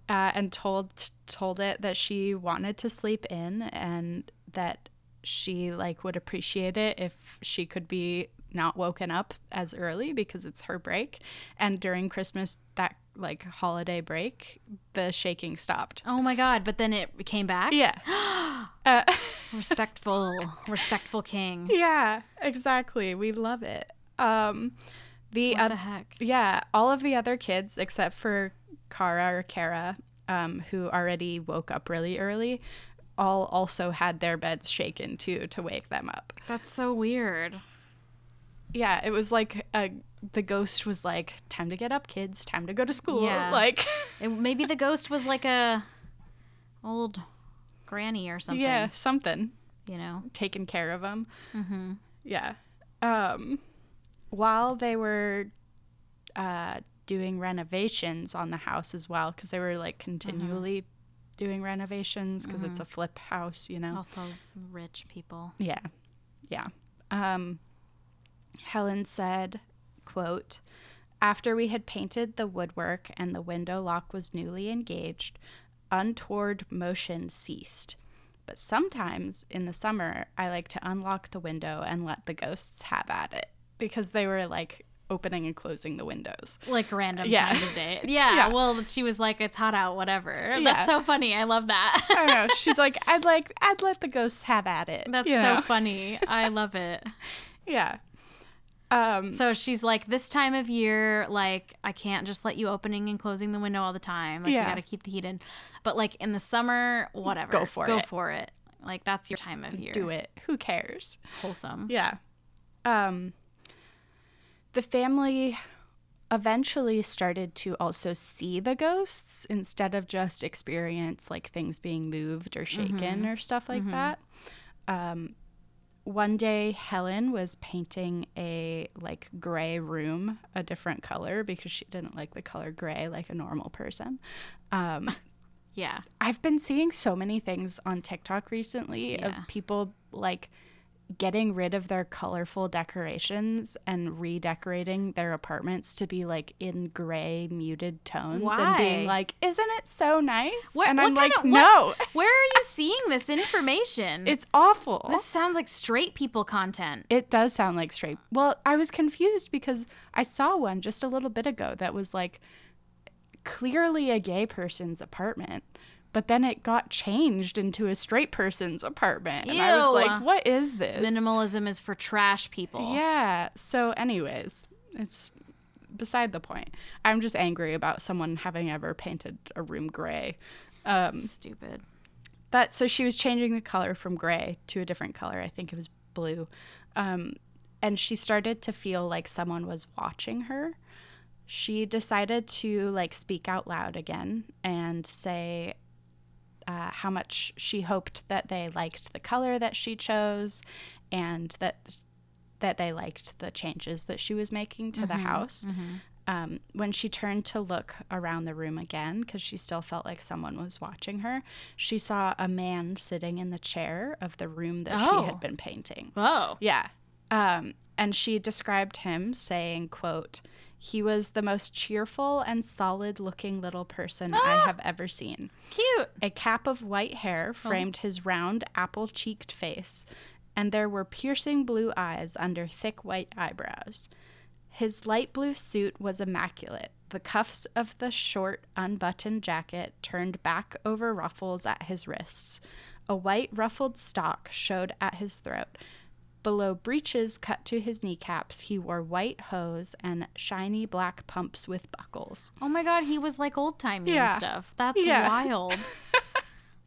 [SPEAKER 2] uh, and told told it that she wanted to sleep in and that she like would appreciate it if she could be not woken up as early because it's her break and during christmas that like holiday break the shaking stopped
[SPEAKER 1] Oh my god, but then it came back.
[SPEAKER 2] yeah uh,
[SPEAKER 1] Respectful, respectful king.
[SPEAKER 2] yeah exactly we love it um the
[SPEAKER 1] What
[SPEAKER 2] other
[SPEAKER 1] the heck?
[SPEAKER 2] Yeah, all of the other kids except for Kara or Kara, um, who already woke up really early, all also had their beds shaken too to wake them up.
[SPEAKER 1] That's so weird.
[SPEAKER 2] Yeah, it was like a, the ghost was like, "Time to get up, kids. Time to go to school."
[SPEAKER 1] Yeah.
[SPEAKER 2] Like,
[SPEAKER 1] It, maybe the ghost was like a old granny or something.
[SPEAKER 2] yeah, something
[SPEAKER 1] You know?
[SPEAKER 2] taking care of them. Yeah. Um, while they were uh, doing renovations on the house as well, because they were like continually doing renovations because it's a flip house, you know.
[SPEAKER 1] Also, rich people.
[SPEAKER 2] Yeah. Yeah. Um, Helen said, quote, after we had painted the woodwork and the window lock was newly engaged, untoward motion ceased. But sometimes in the summer, I like to unlock the window and let the ghosts have at it because they were like opening and closing the windows.
[SPEAKER 1] Like random
[SPEAKER 2] Yeah.
[SPEAKER 1] time of day. Yeah,
[SPEAKER 2] Yeah.
[SPEAKER 1] Well, she was like, it's hot out, whatever.
[SPEAKER 2] Yeah.
[SPEAKER 1] That's so funny. I love that.
[SPEAKER 2] I don't know. She's like, I'd like, I'd let the ghosts have at it.
[SPEAKER 1] That's
[SPEAKER 2] you know?
[SPEAKER 1] so funny. I love it.
[SPEAKER 2] Yeah. Um,
[SPEAKER 1] So she's like, this time of year, like, I can't just let you opening and closing the window all the time. Like,
[SPEAKER 2] Yeah.
[SPEAKER 1] you got to keep the heat in. But, like, in the summer, whatever.
[SPEAKER 2] Go for
[SPEAKER 1] Go
[SPEAKER 2] it.
[SPEAKER 1] for it. Like, that's your time of year.
[SPEAKER 2] do it. Who cares?
[SPEAKER 1] Wholesome.
[SPEAKER 2] Yeah. Um, the family eventually started to also see the ghosts instead of just experience like things being moved or shaken or stuff like that. Um, one day, Helen was painting a like gray room a different color because she didn't like the color gray like a normal person.
[SPEAKER 1] Yeah.
[SPEAKER 2] I've been seeing so many things on TikTok recently
[SPEAKER 1] Yeah.
[SPEAKER 2] of people like getting rid of their colorful decorations and redecorating their apartments to be like in gray muted tones and being
[SPEAKER 1] Why?
[SPEAKER 2] like, "Isn't it so nice?"
[SPEAKER 1] What-
[SPEAKER 2] and
[SPEAKER 1] what
[SPEAKER 2] I'm
[SPEAKER 1] kind
[SPEAKER 2] like,
[SPEAKER 1] of- what-
[SPEAKER 2] "No,
[SPEAKER 1] Where are you seeing this information?
[SPEAKER 2] it's awful."
[SPEAKER 1] this sounds like straight people content.
[SPEAKER 2] it does sound like straight. Well, I was confused because I saw one just a little bit ago that was like clearly a gay person's apartment, but then it got changed into a straight person's apartment. And I was
[SPEAKER 1] Ew.
[SPEAKER 2] like, what is this?
[SPEAKER 1] Minimalism is for trash people.
[SPEAKER 2] Yeah. So, anyways, it's beside the point. I'm just angry about someone having ever painted a room gray.
[SPEAKER 1] Um, Stupid.
[SPEAKER 2] But so she was changing the color from gray to a different color. I think it was blue. Um, and she started to feel like someone was watching her. She decided to like speak out loud again and say uh, how much she hoped that they liked the color that she chose and that that they liked the changes that she was making to the house. Um, when she turned to look around the room again, because she still felt like someone was watching her, she saw a man sitting in the chair of the room that
[SPEAKER 1] Oh.
[SPEAKER 2] she had been painting.
[SPEAKER 1] Whoa.
[SPEAKER 2] Yeah. Um, and she described him saying, quote, he was the most cheerful and solid looking little person I have ever seen.
[SPEAKER 1] Cute.
[SPEAKER 2] A cap of white hair framed his round, apple cheeked face, and there were piercing blue eyes under thick white eyebrows. His light blue suit was immaculate. The cuffs of the short, unbuttoned jacket turned back over ruffles at his wrists. A white, ruffled stock showed at his throat. Below breeches cut to his kneecaps, he wore white hose and shiny black pumps with buckles.
[SPEAKER 1] Oh my god, he was like old timey
[SPEAKER 2] Yeah.
[SPEAKER 1] and stuff. That's
[SPEAKER 2] Yeah.
[SPEAKER 1] wild.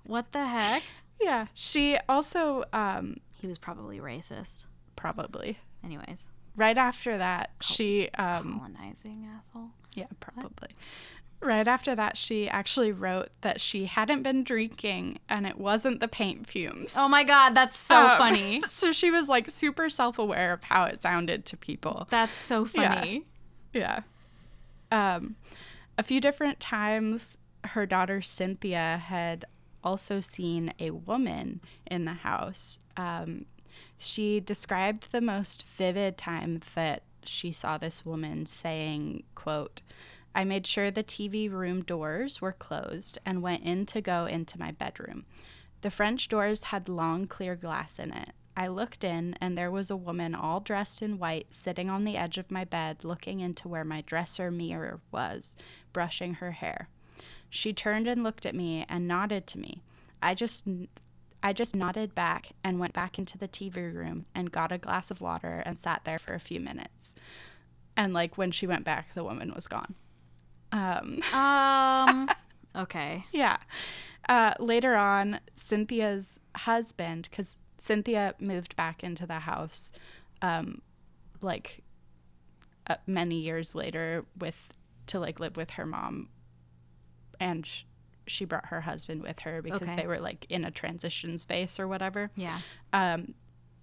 [SPEAKER 1] what the heck?
[SPEAKER 2] Yeah, she also, um,
[SPEAKER 1] He was probably racist.
[SPEAKER 2] probably.
[SPEAKER 1] Anyways,
[SPEAKER 2] right after that she
[SPEAKER 1] Hmm.
[SPEAKER 2] um
[SPEAKER 1] colonizing asshole.
[SPEAKER 2] Oh. yeah probably right after that she actually wrote that she hadn't been drinking and it wasn't the paint fumes
[SPEAKER 1] Oh my god, that's so
[SPEAKER 2] Um,
[SPEAKER 1] funny.
[SPEAKER 2] so she was like super self-aware of how it sounded to people
[SPEAKER 1] That's so
[SPEAKER 2] Yeah.
[SPEAKER 1] funny.
[SPEAKER 2] yeah um a few different times her daughter Cynthia had also seen a woman in the house. Um, she described the most vivid time that she saw this woman saying, quote, I made sure the TV room doors were closed and went in to go into my bedroom. The French doors had long clear glass in it. I looked in, and there was a woman all dressed in white sitting on the edge of my bed looking into where my dresser mirror was, brushing her hair. She turned and looked at me and nodded to me. I just I just nodded back and went back into the TV room and got a glass of water and sat there for a few minutes. And like when she went back, the woman was gone.
[SPEAKER 1] Um. okay.
[SPEAKER 2] Yeah. Uh, later on, Cynthia's husband, because Cynthia moved back into the house, um, like uh, many years later, with to like live with her mom, and sh- she brought her husband with her because
[SPEAKER 1] Okay.
[SPEAKER 2] they were like in a transition space or whatever.
[SPEAKER 1] Yeah.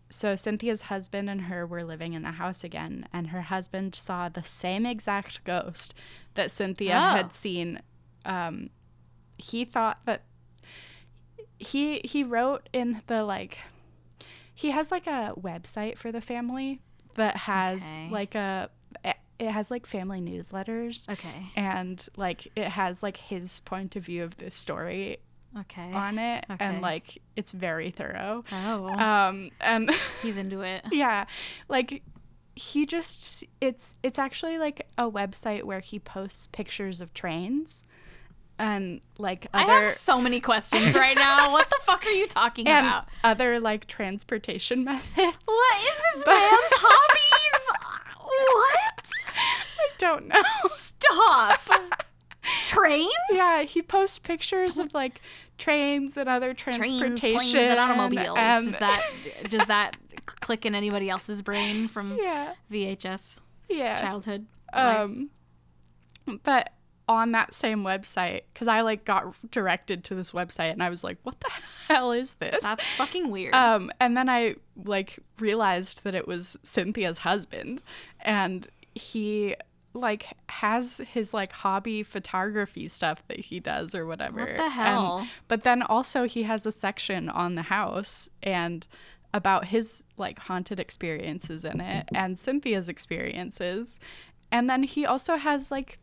[SPEAKER 2] So Cynthia's husband and her were living in the house again, and her husband saw the same exact ghost that Cynthia
[SPEAKER 1] Oh.
[SPEAKER 2] had seen. Um, he thought that he he wrote in the like he has like a website for the family that has
[SPEAKER 1] Okay.
[SPEAKER 2] like a it has like family newsletters
[SPEAKER 1] Okay.
[SPEAKER 2] and like it has like his point of view of this story
[SPEAKER 1] Okay.
[SPEAKER 2] on it
[SPEAKER 1] Okay.
[SPEAKER 2] and like it's very thorough
[SPEAKER 1] Oh,
[SPEAKER 2] um and
[SPEAKER 1] he's into it.
[SPEAKER 2] yeah like he just it's it's actually like a website where he posts pictures of trains and like
[SPEAKER 1] I
[SPEAKER 2] other
[SPEAKER 1] have so many questions right now. What the fuck are you talking
[SPEAKER 2] and
[SPEAKER 1] about?
[SPEAKER 2] other like transportation methods
[SPEAKER 1] What is this man's hobbies? What?
[SPEAKER 2] i don't know
[SPEAKER 1] Stop. Trains?
[SPEAKER 2] yeah he posts pictures of like trains and other transportation
[SPEAKER 1] Trains, planes, and automobiles.
[SPEAKER 2] and-
[SPEAKER 1] does that does that click in anybody else's brain from
[SPEAKER 2] yeah
[SPEAKER 1] VHS
[SPEAKER 2] yeah
[SPEAKER 1] childhood? life?
[SPEAKER 2] Um, but on that same website, because I like got directed to this website, and I was like, "What the hell is this?"
[SPEAKER 1] That's fucking weird.
[SPEAKER 2] Um, and then I like realized that it was Cynthia's husband, and he like has his like hobby photography stuff that he does or whatever.
[SPEAKER 1] What the
[SPEAKER 2] And-
[SPEAKER 1] hell?
[SPEAKER 2] but then also he has a section on the house and about his like haunted experiences in it and Cynthia's experiences. And then he also has like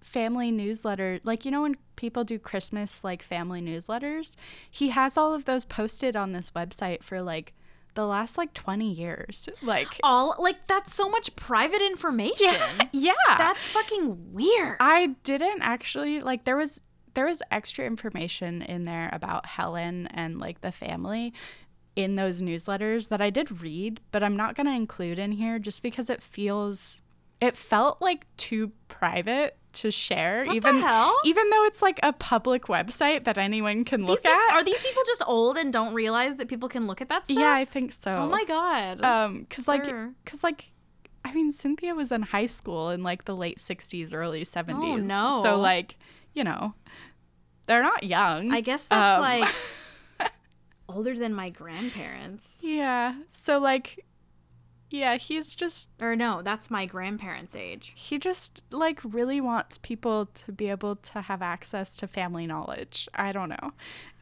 [SPEAKER 2] family newsletter like you know when people do christmas like family newsletters he has all of those posted on this website for like the last like 20 years like
[SPEAKER 1] All like that's so much private information.
[SPEAKER 2] yeah
[SPEAKER 1] That's fucking weird.
[SPEAKER 2] i didn't actually like there was there was extra information in there about helen and like the family in those newsletters that i did read but i'm not going to include in here just because it feels it felt like too private to share
[SPEAKER 1] the
[SPEAKER 2] even
[SPEAKER 1] hell?
[SPEAKER 2] even though it's like a public website that anyone can look
[SPEAKER 1] These peop-
[SPEAKER 2] at
[SPEAKER 1] are these people just old and don't realize that people can look at that stuff?
[SPEAKER 2] Yeah, I think so.
[SPEAKER 1] Oh my god.
[SPEAKER 2] Um, cause like,
[SPEAKER 1] Sure.
[SPEAKER 2] cause like, I mean, Cynthia was in high school in like the late '60s, early '70s.
[SPEAKER 1] Oh, no.
[SPEAKER 2] So like, you know, they're not young.
[SPEAKER 1] I guess that's
[SPEAKER 2] Um,
[SPEAKER 1] like older than my grandparents.
[SPEAKER 2] Yeah. So like, yeah, he's just
[SPEAKER 1] Or no, that's my grandparents' age.
[SPEAKER 2] he just like really wants people to be able to have access to family knowledge. I don't know.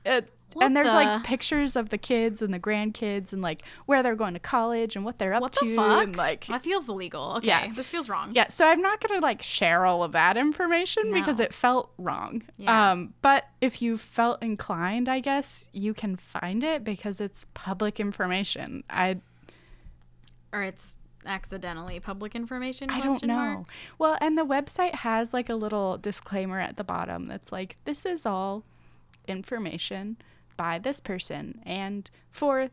[SPEAKER 2] It,
[SPEAKER 1] What
[SPEAKER 2] and there's like
[SPEAKER 1] the-
[SPEAKER 2] pictures of the kids and the grandkids and like where they're going to college and what they're up
[SPEAKER 1] What
[SPEAKER 2] to
[SPEAKER 1] the fuck?
[SPEAKER 2] and like
[SPEAKER 1] that feels illegal. Okay,
[SPEAKER 2] Yeah.
[SPEAKER 1] this feels wrong.
[SPEAKER 2] Yeah, so I'm not gonna like share all of that information because
[SPEAKER 1] No.
[SPEAKER 2] it felt wrong.
[SPEAKER 1] Yeah.
[SPEAKER 2] Um, but if you felt inclined, I guess you can find it because it's public information. I
[SPEAKER 1] Or it's accidentally public information.
[SPEAKER 2] I don't
[SPEAKER 1] question
[SPEAKER 2] know.
[SPEAKER 1] mark?
[SPEAKER 2] Well, and the website has like a little disclaimer at the bottom that's like, this is all information by this person and for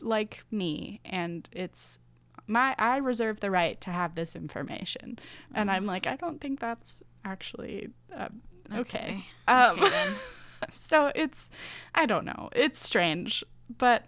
[SPEAKER 2] like me and it's my I reserve the right to have this information. And
[SPEAKER 1] Oh.
[SPEAKER 2] I'm like, I don't think that's actually um, okay. Um,
[SPEAKER 1] Okay, then.
[SPEAKER 2] so it's i don't know it's strange but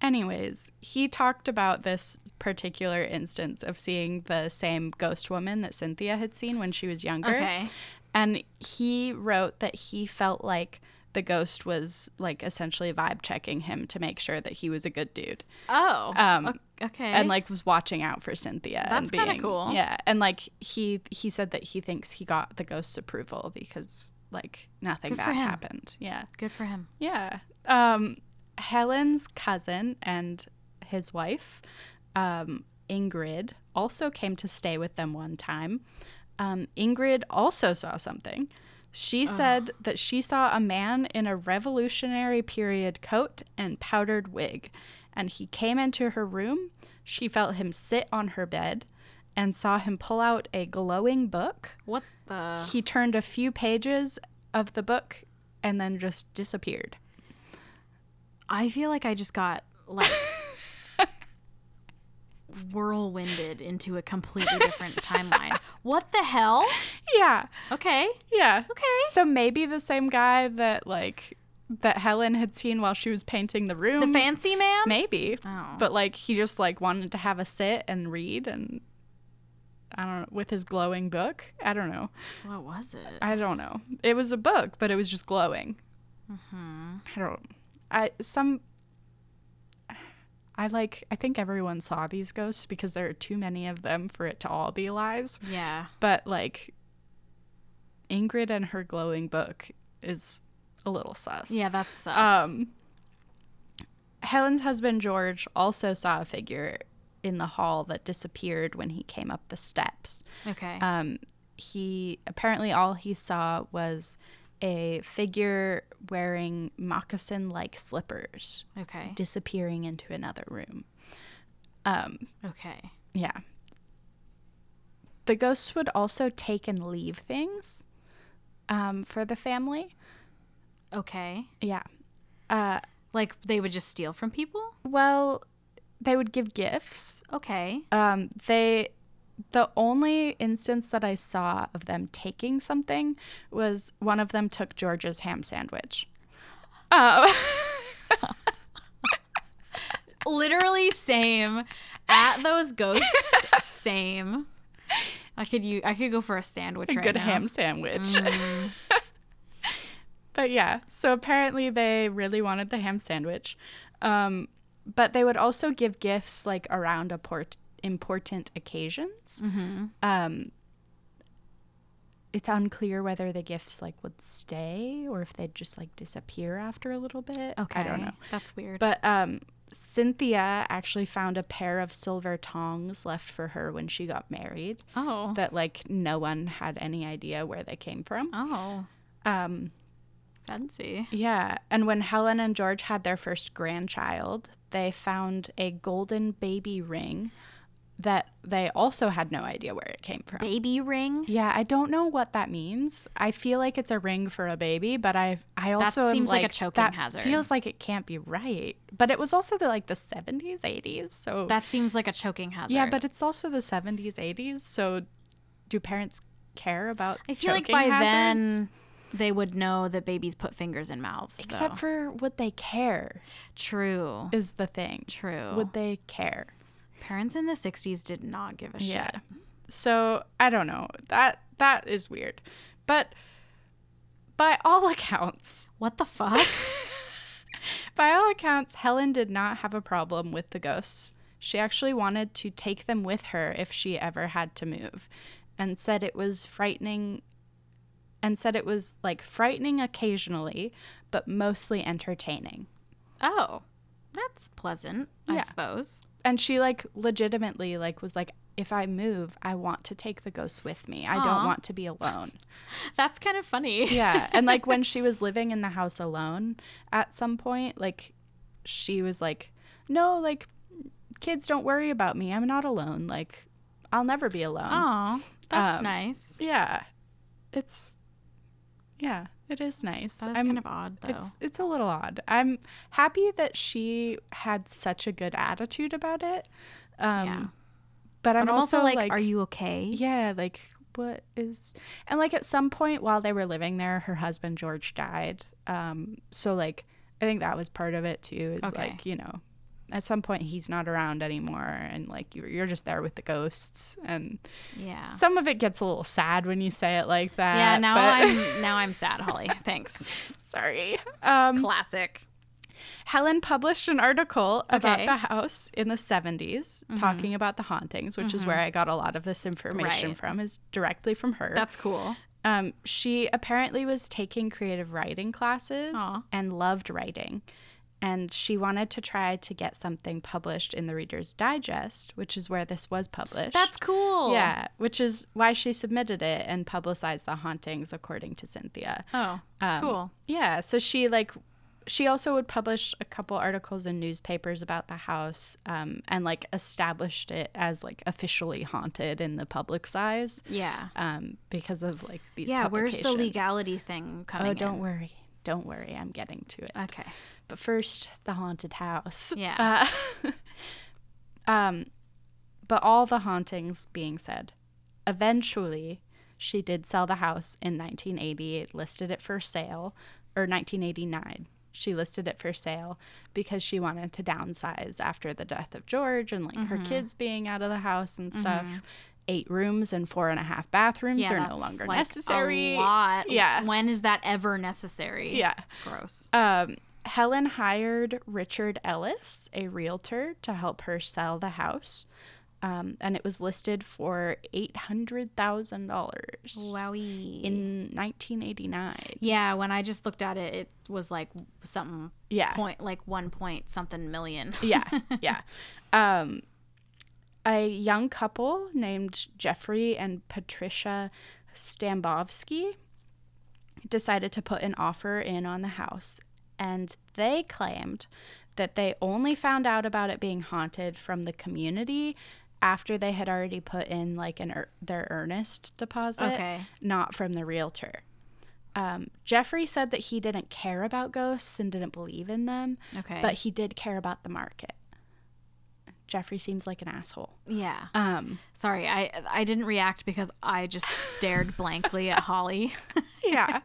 [SPEAKER 2] anyways he talked about this particular instance of seeing the same ghost woman that cynthia had seen when she was younger
[SPEAKER 1] Okay.
[SPEAKER 2] and he wrote that he felt like the ghost was like essentially vibe checking him to make sure that he was a good dude.
[SPEAKER 1] Oh.
[SPEAKER 2] Um,
[SPEAKER 1] o- okay.
[SPEAKER 2] and like was watching out for Cynthia.
[SPEAKER 1] That's
[SPEAKER 2] and
[SPEAKER 1] kinda
[SPEAKER 2] being-
[SPEAKER 1] cool.
[SPEAKER 2] Yeah, and like he he said that he thinks he got the ghost's approval because like nothing
[SPEAKER 1] Good for
[SPEAKER 2] bad
[SPEAKER 1] him.
[SPEAKER 2] happened. Yeah,
[SPEAKER 1] good for him.
[SPEAKER 2] yeah. Um, Helen's cousin and his wife, um, Ingrid, also came to stay with them one time. Um, Ingrid also saw something. She said that she saw a man in a Revolutionary period coat and powdered wig, and he came into her room. She felt him sit on her bed and saw him pull out a glowing book
[SPEAKER 1] What the?
[SPEAKER 2] he turned a few pages of the book and then just disappeared.
[SPEAKER 1] I feel like I just got like whirlwinded into a completely different timeline. What the hell?
[SPEAKER 2] Yeah.
[SPEAKER 1] Okay.
[SPEAKER 2] Yeah.
[SPEAKER 1] Okay.
[SPEAKER 2] So maybe the same guy that like that Helen had seen while she was painting the room.
[SPEAKER 1] The fancy man?
[SPEAKER 2] maybe.
[SPEAKER 1] Oh.
[SPEAKER 2] But like he just like wanted to have a sit and read and I don't know with his glowing book. I don't know.
[SPEAKER 1] What was it?
[SPEAKER 2] I don't know. It was a book, but it was just glowing.
[SPEAKER 1] Mm-hmm.
[SPEAKER 2] I don't. I some. I like. I think everyone saw these ghosts because there are too many of them for it to all be lies.
[SPEAKER 1] Yeah.
[SPEAKER 2] But like, Ingrid and her glowing book is a little sus.
[SPEAKER 1] Yeah, that's sus.
[SPEAKER 2] Um, Helen's husband George also saw a figure in the hall that disappeared when he came up the steps.
[SPEAKER 1] okay.
[SPEAKER 2] Um, he apparently all he saw was a figure wearing moccasin-like slippers
[SPEAKER 1] okay.
[SPEAKER 2] disappearing into another room.
[SPEAKER 1] Okay.
[SPEAKER 2] Yeah. The ghosts would also take and leave things um, for the family.
[SPEAKER 1] Okay.
[SPEAKER 2] Yeah.
[SPEAKER 1] Like they would just steal from people?
[SPEAKER 2] Well, they would give gifts.
[SPEAKER 1] Okay.
[SPEAKER 2] Um, they the only instance that I saw of them taking something was one of them took George's ham sandwich.
[SPEAKER 1] Um, Literally same. At those ghosts, same. I could you I could go for a sandwich right
[SPEAKER 2] good
[SPEAKER 1] now. Mm.
[SPEAKER 2] ham sandwich. but yeah, so apparently they really wanted the ham sandwich. Um, but they would also give gifts like around import- important occasions. Um,
[SPEAKER 1] Mm-hmm.
[SPEAKER 2] it's unclear whether the gifts like would stay or if they'd just like disappear after a little bit.
[SPEAKER 1] Okay.
[SPEAKER 2] I don't know.
[SPEAKER 1] That's weird.
[SPEAKER 2] But um, Cynthia actually found a pair of silver tongs left for her when she got married
[SPEAKER 1] oh.
[SPEAKER 2] that like no one had any idea where they came from.
[SPEAKER 1] oh.
[SPEAKER 2] Um,
[SPEAKER 1] Fancy.
[SPEAKER 2] yeah, and when Helen and George had their first grandchild, they found a golden baby ring that they also had no idea where it came from.
[SPEAKER 1] Baby ring?
[SPEAKER 2] yeah, I don't know what that means. I feel like it's a ring for a baby, but I I also am
[SPEAKER 1] seems like a choking
[SPEAKER 2] that
[SPEAKER 1] hazard.
[SPEAKER 2] Feels like it can't be right. But it was also the like the 70s, 80s, so
[SPEAKER 1] That seems like a choking hazard.
[SPEAKER 2] Yeah, but it's also the 70s, 80s, so do parents care about
[SPEAKER 1] I feel like
[SPEAKER 2] choking
[SPEAKER 1] by
[SPEAKER 2] hazards?
[SPEAKER 1] then they would know that babies put fingers in mouths.
[SPEAKER 2] Except
[SPEAKER 1] though.
[SPEAKER 2] for would they care
[SPEAKER 1] true.
[SPEAKER 2] is the thing.
[SPEAKER 1] True.
[SPEAKER 2] Would they care?
[SPEAKER 1] Parents in the 60s did not give a shit.
[SPEAKER 2] So I don't know. That that is weird. But by all accounts,
[SPEAKER 1] What the fuck?
[SPEAKER 2] by all accounts, Helen did not have a problem with the ghosts. She actually wanted to take them with her if she ever had to move and said it was frightening and said it was like frightening occasionally, but mostly entertaining.
[SPEAKER 1] oh, that's pleasant, I
[SPEAKER 2] Yeah.
[SPEAKER 1] suppose.
[SPEAKER 2] and she like legitimately like was like if i move i want to take the ghosts with me i
[SPEAKER 1] Aw.
[SPEAKER 2] don't want to be alone
[SPEAKER 1] That's kind of funny.
[SPEAKER 2] yeah and like when she was living in the house alone at some point like she was like no like kids don't worry about me i'm not alone like i'll never be alone
[SPEAKER 1] Aw, that's
[SPEAKER 2] Um,
[SPEAKER 1] nice.
[SPEAKER 2] yeah it's yeah it is nice
[SPEAKER 1] That is
[SPEAKER 2] I'm-
[SPEAKER 1] kind of odd, though.
[SPEAKER 2] it's it's a little odd. I'm happy that she had such a good attitude about it. Um
[SPEAKER 1] Yeah.
[SPEAKER 2] but I'm
[SPEAKER 1] But I'm also like, are
[SPEAKER 2] you
[SPEAKER 1] you okay?
[SPEAKER 2] Yeah, like what is and like at some point while they were living there, her husband George died. Um so like I think that was part of it too, is
[SPEAKER 1] Okay.
[SPEAKER 2] like, you know, at some point he's not around anymore and like you're, you're just there with the ghosts and
[SPEAKER 1] Yeah.
[SPEAKER 2] some of it gets a little sad when you say it like that
[SPEAKER 1] Ah. yeah, now
[SPEAKER 2] but-
[SPEAKER 1] I'm now I'm sad, Holly. Thanks.
[SPEAKER 2] sorry um,
[SPEAKER 1] Classic.
[SPEAKER 2] Helen published an article about
[SPEAKER 1] Okay. Mm-hmm.
[SPEAKER 2] the house in the 70s talking about the hauntings, which is where I got a lot of this information
[SPEAKER 1] Right.
[SPEAKER 2] from, is directly from her.
[SPEAKER 1] That's cool.
[SPEAKER 2] um, she apparently was taking creative writing classes
[SPEAKER 1] Aw.
[SPEAKER 2] and loved writing. And she wanted to try to get something published in the Reader's Digest, which is where this was published.
[SPEAKER 1] That's cool.
[SPEAKER 2] Yeah, which is why she submitted it and publicized the hauntings, according to Cynthia.
[SPEAKER 1] Oh,
[SPEAKER 2] Um,
[SPEAKER 1] cool.
[SPEAKER 2] Yeah. So she like she also would publish a couple articles in newspapers about the house um, and like established it as like officially haunted in the public's eyes
[SPEAKER 1] Yeah.
[SPEAKER 2] um, because of like these.
[SPEAKER 1] Yeah, where's the
[SPEAKER 2] publications.
[SPEAKER 1] legality thing coming
[SPEAKER 2] Oh, don't
[SPEAKER 1] in?
[SPEAKER 2] worry. Don't worry, I'm getting to it.
[SPEAKER 1] Okay. Um,
[SPEAKER 2] But first, the haunted house.
[SPEAKER 1] Yeah.
[SPEAKER 2] But all the hauntings being said, eventually she did sell the house in 1988, listed it for sale, or 1989. She listed it for sale because she wanted to downsize after the death of George and like
[SPEAKER 1] Mm-hmm.
[SPEAKER 2] her kids being out of the house and stuff. Eight rooms and four and a half bathrooms
[SPEAKER 1] yeah,
[SPEAKER 2] are no
[SPEAKER 1] that's,
[SPEAKER 2] longer
[SPEAKER 1] like,
[SPEAKER 2] necessary.
[SPEAKER 1] A lot.
[SPEAKER 2] Yeah.
[SPEAKER 1] When is that ever necessary?
[SPEAKER 2] Yeah.
[SPEAKER 1] Gross.
[SPEAKER 2] Um, Helen hired Richard Ellis, a realtor, to help her sell the house. Um, and it was listed for $800,000
[SPEAKER 1] Wowie.
[SPEAKER 2] in 1989.
[SPEAKER 1] yeah, when I just looked at it, it was like something
[SPEAKER 2] Yeah.
[SPEAKER 1] point like one point something million.
[SPEAKER 2] yeah, yeah. Um, a young couple named Jeffrey and Patricia Stambovsky decided to put an offer in on the house, and they claimed that they only found out about it being haunted from the community after they had already put in like an ear their earnest deposit,
[SPEAKER 1] Okay.
[SPEAKER 2] not from the realtor. Um, Jeffrey said that he didn't care about ghosts and didn't believe in them,
[SPEAKER 1] Okay.
[SPEAKER 2] but he did care about the market. Jeffrey seems like an asshole.
[SPEAKER 1] yeah.
[SPEAKER 2] Um,
[SPEAKER 1] Sorry, I I didn't react because I just stared blankly at Holly.
[SPEAKER 2] yeah,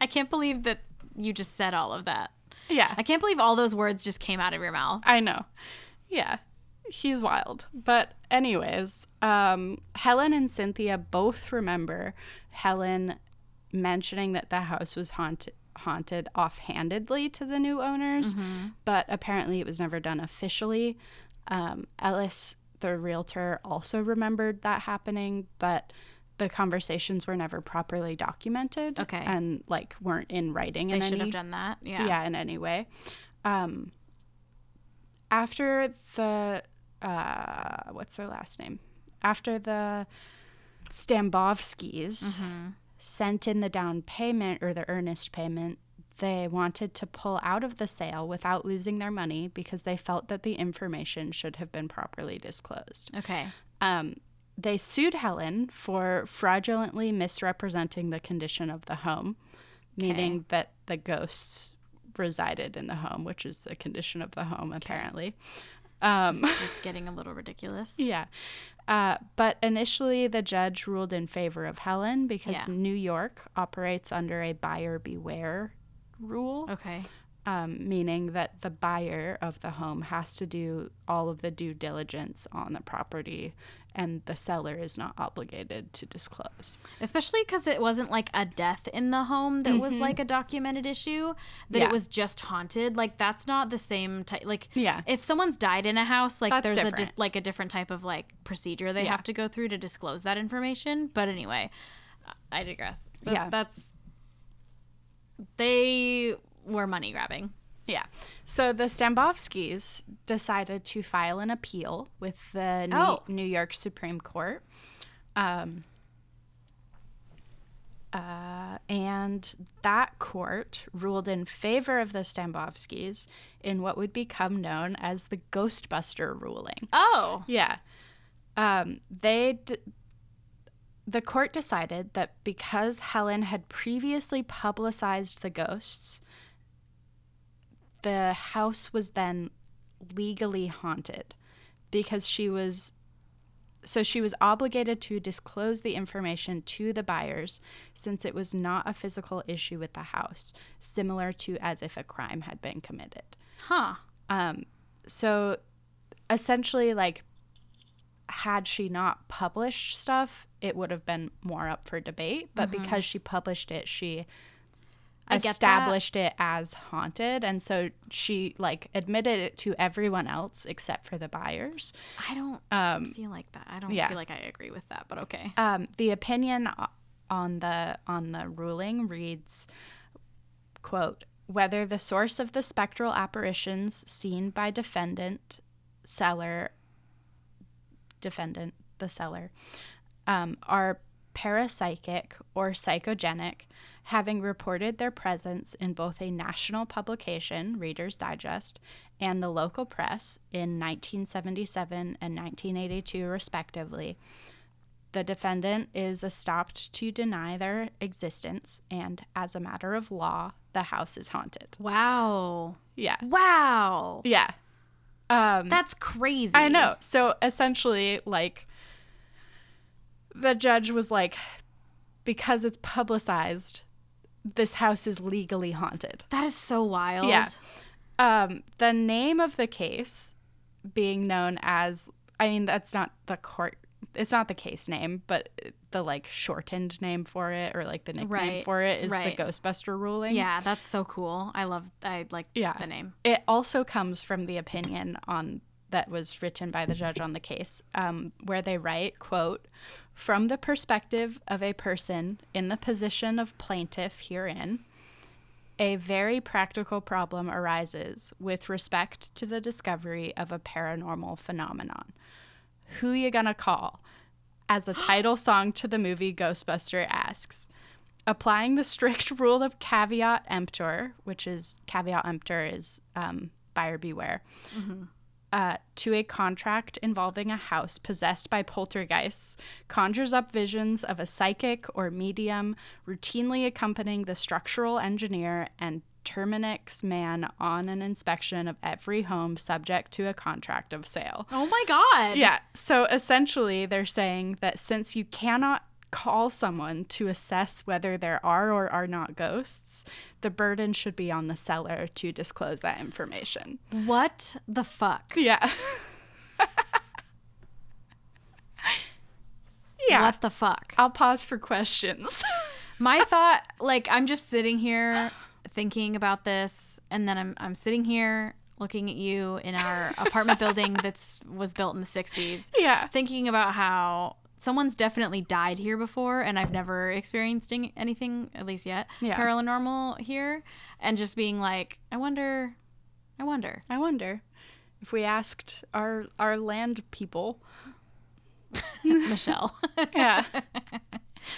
[SPEAKER 1] I can't believe that you just said all of that.
[SPEAKER 2] yeah,
[SPEAKER 1] I can't believe all those words just came out of your mouth.
[SPEAKER 2] I know. Yeah, he's wild. But anyways, um, Helen and Cynthia both remember Helen mentioning that the house was haunted haunted offhandedly to the new owners,
[SPEAKER 1] Mm-hmm.
[SPEAKER 2] but apparently it was never done officially. Um, Ellis, the realtor, also remembered that happening, but the conversations were never properly documented.
[SPEAKER 1] Okay.
[SPEAKER 2] and like weren't in writing.
[SPEAKER 1] They
[SPEAKER 2] in
[SPEAKER 1] should
[SPEAKER 2] any
[SPEAKER 1] have done that. Yeah.
[SPEAKER 2] yeah. in any way um after the uh what's their last name after the stambovskis sent in the down payment or the earnest payment they wanted to pull out of the sale without losing their money because they felt that the information should have been properly disclosed
[SPEAKER 1] Okay.
[SPEAKER 2] um, they sued Helen for fraudulently misrepresenting the condition of the home, meaning that the ghosts resided in the home, which is the condition of the home, apparently. Um,
[SPEAKER 1] This is getting a little ridiculous.
[SPEAKER 2] yeah. Uh, but initially, the judge ruled in favor of Helen because
[SPEAKER 1] Yeah.
[SPEAKER 2] New York operates under a buyer beware rule
[SPEAKER 1] Okay.
[SPEAKER 2] um, meaning that the buyer of the home has to do all of the due diligence on the property and the seller is not obligated to disclose.
[SPEAKER 1] Especially because it wasn't like a death in the home that was like a documented issue, that
[SPEAKER 2] Mm-hmm. Yeah.
[SPEAKER 1] it was just haunted. Like, that's not the same type. Like,
[SPEAKER 2] Yeah.
[SPEAKER 1] if someone's died in a house, like,
[SPEAKER 2] That's
[SPEAKER 1] there's a
[SPEAKER 2] different.
[SPEAKER 1] dis- like a different type of like procedure they
[SPEAKER 2] Yeah.
[SPEAKER 1] have to go through to disclose that information. But anyway, I I digress. Th-
[SPEAKER 2] Yeah.
[SPEAKER 1] That's. They were money grabbing.
[SPEAKER 2] Yeah. So the Stambovskis decided to file an appeal with the New,
[SPEAKER 1] Oh.
[SPEAKER 2] New York Supreme Court. Um, uh, and that court ruled in favor of the Stambovskis in what would become known as the Ghostbuster ruling.
[SPEAKER 1] Oh.
[SPEAKER 2] Yeah. Um, they d- the court decided that because Helen had previously publicized the ghosts, the house was then legally haunted because she was so she was obligated to disclose the information to the buyers since it was not a physical issue with the house, similar to as if a crime had been committed.
[SPEAKER 1] Huh.
[SPEAKER 2] So essentially, like, had she not published stuff, it would have been more up for debate. But because she published it, she
[SPEAKER 1] Mm-hmm. I get that.
[SPEAKER 2] established it as haunted. And so she, like, admitted it to everyone else except for the buyers.
[SPEAKER 1] I don't feel like that. I don't
[SPEAKER 2] um, yeah.
[SPEAKER 1] feel like I agree with that, but okay.
[SPEAKER 2] Um, the opinion o- on the on the ruling reads, quote, whether the source of the spectral apparitions seen by defendant, seller, defendant, the seller, um, are parapsychic or psychogenic, having reported their presence in both a national publication, Reader's Digest, and the local press in 1977 and 1982, respectively. The defendant is stopped to deny their existence, and as a matter of law, the house is haunted.
[SPEAKER 1] Wow.
[SPEAKER 2] Yeah.
[SPEAKER 1] Wow.
[SPEAKER 2] Yeah. Um,
[SPEAKER 1] That's crazy.
[SPEAKER 2] I know. So essentially, like, the judge was like, because it's publicized, this house is legally haunted.
[SPEAKER 1] That is so wild.
[SPEAKER 2] Yeah. Um, the name of the case being known as, I mean, that's not the court, it's not the case name, but the like shortened name for it or like the nickname
[SPEAKER 1] Right,
[SPEAKER 2] for it is
[SPEAKER 1] right.
[SPEAKER 2] the Ghostbuster ruling.
[SPEAKER 1] Yeah, that's so cool. I love I like
[SPEAKER 2] Yeah.
[SPEAKER 1] the name.
[SPEAKER 2] It also comes from the opinion on that was written by the judge on the case, um, where they write, "quote From the perspective of a person in the position of plaintiff herein, a very practical problem arises with respect to the discovery of a paranormal phenomenon. Who you gonna call?" As a title song to the movie Ghostbuster asks, applying the strict rule of caveat emptor, which is caveat emptor is um, buyer beware, uh, to a contract involving a house possessed by poltergeists, conjures up visions of a psychic or medium routinely accompanying the structural engineer and Terminix man on an inspection of every home subject to a contract of sale.
[SPEAKER 1] Oh my god.
[SPEAKER 2] Yeah. So essentially, they're saying that since you cannot call someone to assess whether there are or are not ghosts, the burden should be on the seller to disclose that information.
[SPEAKER 1] What the fuck?
[SPEAKER 2] Yeah. yeah.
[SPEAKER 1] What the fuck?
[SPEAKER 2] I'll pause for questions.
[SPEAKER 1] My thought like I'm just sitting here thinking about this and then I'm I'm sitting here looking at you in our apartment building that's was built in the 60s.
[SPEAKER 2] yeah.
[SPEAKER 1] Thinking about how someone's definitely died here before and I've never experienced any- anything at least yet
[SPEAKER 2] Yeah.
[SPEAKER 1] paranormal here and just being like I wonder I wonder.
[SPEAKER 2] I wonder if we asked our our land people.
[SPEAKER 1] Michelle.
[SPEAKER 2] Yeah.